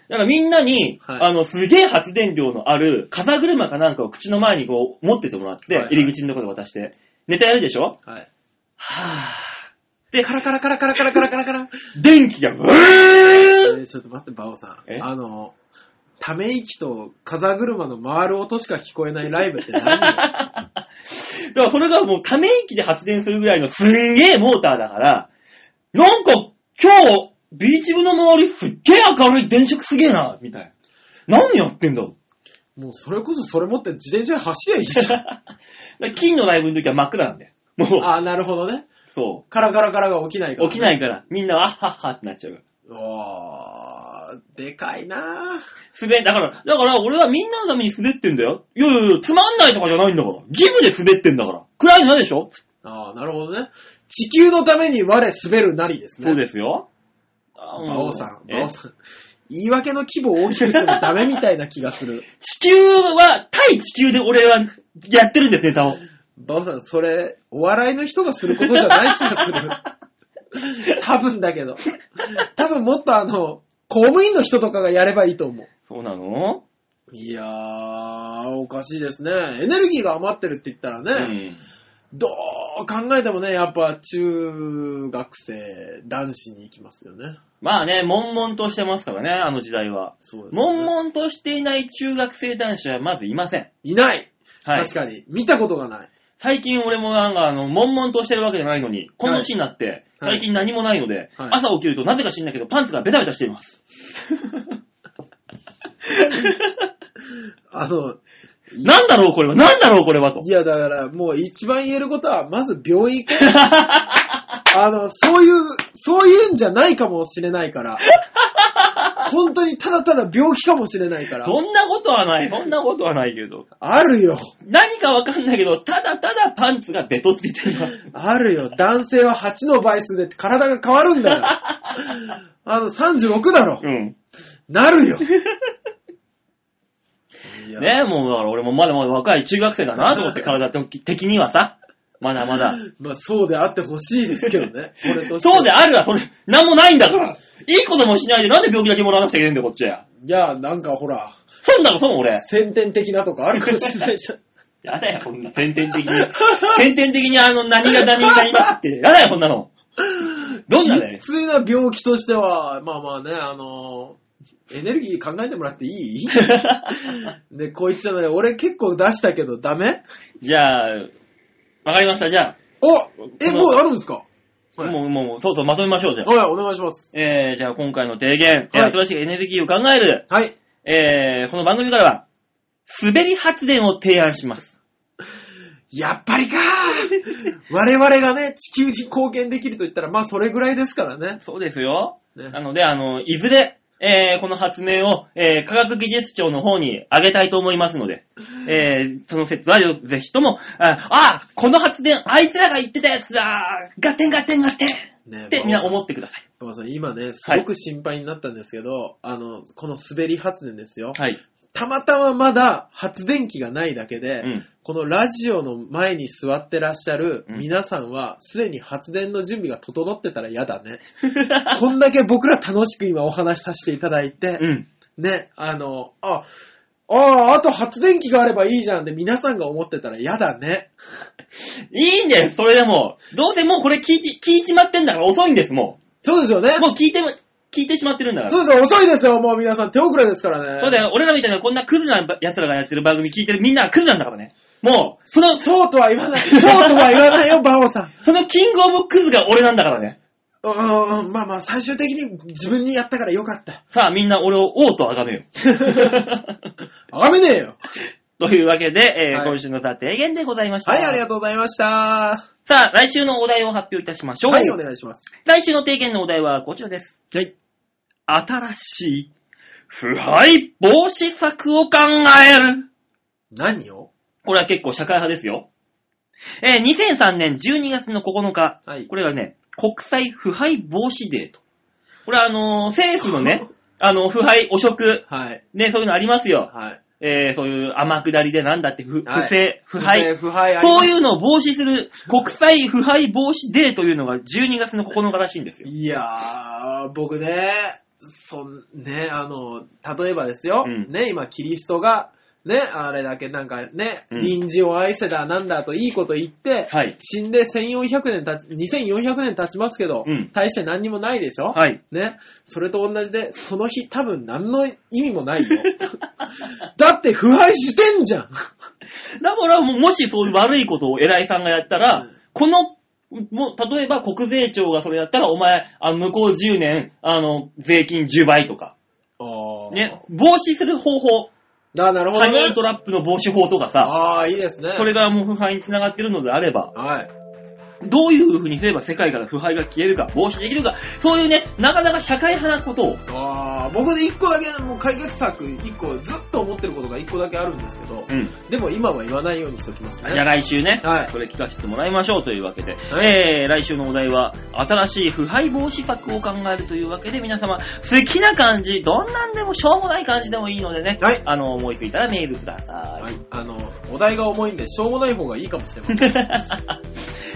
だからみんなに、
はい
あの、すげえ発電量のある風車かなんかを口の前にこう持っててもらって、
はいはい
入り口のところで渡して、ネタやるでしょ
はい。
はぁ、
で、カラカラカラカラカラカラカラカラ。
電気がブー
えーちょっと待って、バオさ
え
ん。あの、ため息と風車の回る音しか聞こえないライブって 何よ
だからそれがもうため息で発電するぐらいのすんげえモーターだから、なんか今日、ビーチ部の周りすっげえ明るい電飾すげえな、みたいな。何やってん だろう
もうそれこそそれ持って自転車で走りゃいいじゃん。
だから金のライブの時は真っ暗なんだよ。もう、
あー、なるほどね。
そ
カラカラカラが起きないか
う。
ら、。
起きないいから、みんな、あっはっはってなっちゃうから。
おー、でかいなー
滑、だから、だから俺はみんなのために滑ってんだよ。いやいやいや、つまんないとかじゃないんだから。義務で滑ってんだから。暗いの嫌でしょ、
ああ、なるほどね。地球のために我滑るなりですね。
そう
す。
ですよ。あ
馬王さん、
え
馬王さん。言い訳の規模を大きくしてもダメみたいな気がする。
地球は、対地球で俺はやってるんです、ネタを。
馬王さん、それ、お笑いの人がすることじゃない気が する。多分だけど。多分もっとあの、公務員の人とかがやればいいと思う。
そうなの
いやー、おかしいですね。エネルギーが余ってるって言ったら
う
ね、
ん。
どう考えてもね、やっぱ中学生、男子に行きますよね。
まあね、悶々としてますからね、あの時代は。
そうですね。
悶々としていない中学生男子はまずいません。
いない
はい。
確かに。見たことがない。
最近俺もなんか、あの、悶々としてるわけじゃないのに、この
はい
年になって、
はい
最近何もないので、
はい
朝起きるとなぜか知んないけど、パンツがベタベタしてい ます。
あの、
なんだろうこれは、なんだろうこれはと
い。や、だから、もう一番言えることは、まず病 院行こう。あの、そういう、そういうんじゃないかもしれないから。本当にただただ病気かもしれないから。
そんなことはない、そんなことはないけど。
あるよ。
何かわかんないけど、ただただパンツがベトついてます。
あるよ。男性は8の倍数で体が変わるんだよ。あの、36だろ
う。ん。
なるよ。
ねえ、もうだから俺もまだまだ若い中学生だなと思 って体的にはさ、まだまだ。
まあ、そうであってほしいですけどね。俺として は
そうであるわ、それ。なんもないんだから。いいこともしないで、なんで病気だけもらわなくちゃいけないんだよ、こっちは。
いや、なんかほら、
そんだろ、そう俺。
先天的なとかあるかもし れないじゃん。
やだよ、こんな、先天的 に。先天的にあの、何がダメになりますって。やだよ、こんなの。どんなね
普。通な病気としては、まあまあね、あのエネルギー考えてもらっていいで、こう言っちゃうのね、俺結構出したけどダメ
じゃあ、わかりました、じゃ
おえ、
この
もうあるんですか
あ。
はい
もう、もう、そうそう、まとめましょう、じゃあ。
はい、お願いします。
えー、じゃあ今回の提言、えー
はい
素晴らしいエネルギーを考える、
はい。
えー、この番組からは、滑り発電を提案します。
やっぱりか ー我々がね、地球に貢献できると言ったら、まあそれぐらいですからね。
そうですよ。
ね
なので、あの、いずれ、えー、この発明を、えー、科学技術庁の方にあげたいと思いますので、えー、その説はよぜひとも、あ、あ、この発電、あいつらが言ってたやつだガテンガテンガテン
ね
ってみんな思ってください。
馬場さん、今ね、すごく心配になったんですけど、あの、この滑り発電ですよ。
はい。
たまたままだ発電機がないだけで、
うん。
このラジオの前に座ってらっしゃる
うん
皆さんは、すでに発電の準備が整ってたら嫌 だね。こんだけ僕ら楽しく今お話しさせていただいて、
うん。
ね、あの、あ、ああ、あと発電機があればいいじゃんって皆さんが思ってたら嫌だね。
いいんです、それでも。どうせもうこれ聞いて、聞いちまってんだから遅いんです、もう。
そうですよね。
もう聞いても、聞いてしまってるんだから。
そうですよ、遅いですよ、もう皆さん手遅れですからね。
そうだよ、俺らみたいなこんなクズな奴らがやってる番組聞いてるみんなはクズなんだからね。もう、その、
そうとは言わない。そうとは言わないよ、バオさん。
そのキングオブクズが俺なんだからね。
うーん、まあまあ、最終的に自分にやったからよかった。
さあみんな俺を王と崇めよ。
あがめねえよ。
というわけで、えー
はい
今週のさ、提言でございました。
はい、ありが
と
とうございました。
う。さあ、来週のお題を発表いたしましょう。
はい、お願いします。
来週の提言のお題はこちらです。
はい。
新しい腐敗防止策を考える。
何を
これは結構社会派ですよ。えー2003年12月の9日、
はい
これはね、国際腐敗防止デーと。これはあのー政府のね、 あの、腐敗、汚職、
はい。
ね、そういうのありますよ。
はい。
えーそういう天下りでなんだって不、
はい
不正、腐敗。
不敗。
そういううのを防止する国際腐敗防止デーというのが12月の9日らしいんですよ。
いやー、僕ね、そん、ね、あの、例えばですよ、
うん
ね、今、キリストが、ね、あれだけなんかね、
うん
臨時を愛せだなんだといいこと言って、
はい
死んで1400年経ち、2400年経ちますけど、
うん
大して何にもないでしょ、
はい。
ね、それと同じで、その日多分何の意味もないよ。 だって腐敗してんじゃん
だからもう、もしそういう悪いことを偉いさんがやったら、
うん
この、もう、例えば国税庁がそれやったら、お前、あの、向こう10年、あの、税金10倍とか、ね、防止する方法、
あ、なるほ
ハ
ど
ニ
ね
ー。トラップの防止法とかさ、
ああ、いいですね。
それがもう腐敗につながってるのであれば、
はい。
どういう風にすれば世界から腐敗が消えるか、防止できるか、そういうね、なかなか社会派なことを、
ああ、僕で一個だけ、もう解決策、一個、ずっと思ってることが一個だけあるんですけど、
うん。
でも今は言わないようにしときますね。
じゃあ来週ね、
はい
それ聞かせてもらいましょうというわけで、
はい
えー、来週のお題は、新しい腐敗防止策を考えるというわけで、皆様、好きな感じ、どんなんでもしょうもない感じでもいいのでね、
はい
あの、思いついたらメールください。
はい。あの、お題が重いんで、しょうもない方がいいかもしれません。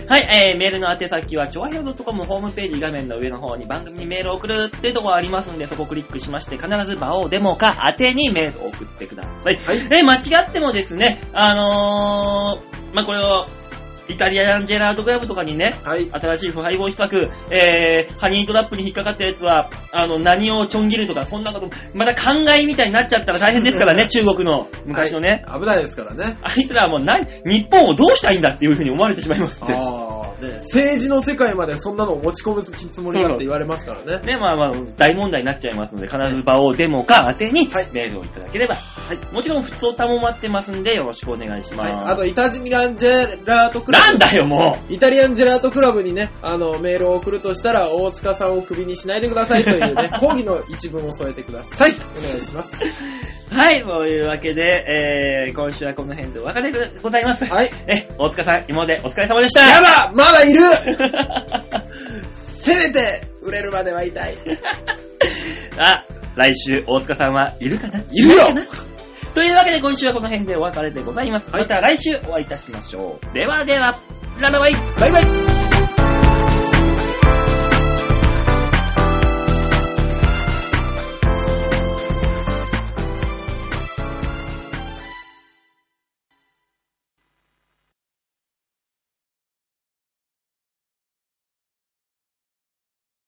はい、えー、メールの宛先は、ちょわひょう .com ホームページ画面の上の方に番組にメールを送るっていうところありますんで、そこをクリックしまして、必ず場をデモか宛てにメールを送ってください。
はい
えー、間違ってもですね、あのー、まあ、これを、イタリアンジェラートクラブとかにね、
はい。
新しい腐敗防止策、えー、ハニートラップに引っかかったやつは、あの、何をちょん切るとか、そんなこと、また考えみたいになっちゃったら大変ですからね、中国の、昔のね。
はい危ないですからね。
あいつらはもう何、日本をどうしたいんだっていうふうに思われてしまいますって。
ああ、ね、政治の世界までそんなのを持ち込むつもりだって言われますからね。
ね、まあまあ、大問題になっちゃいますので、必ず場をデモか宛てに
はい
メールをいただければ。
はい。
もちろん、普通歌も待ってますんで、よろしくお願いしま
はい。
す。
あと、イタジランジェラートクラブ。
なんだよ、もう
イタリアンジェラートクラブにね、あの、メールを送るとしたら、大塚さんをクビにしないでくださいとい うね、抗議の一文を添えてください。お願いします。
はい、というわけで、えー、今週はこの辺でお別れでございます。
はい。
え、大塚さん、今までお疲れ様でした。
やだまだいるせめて、売れるまでは痛い。
あ、来週、大塚さんはいるかない
るよ
かなというわけで、今週はこの辺でお別れでございます。
はい
また来週お会いいたしましょう。ではでは、ララバイ
バイバイ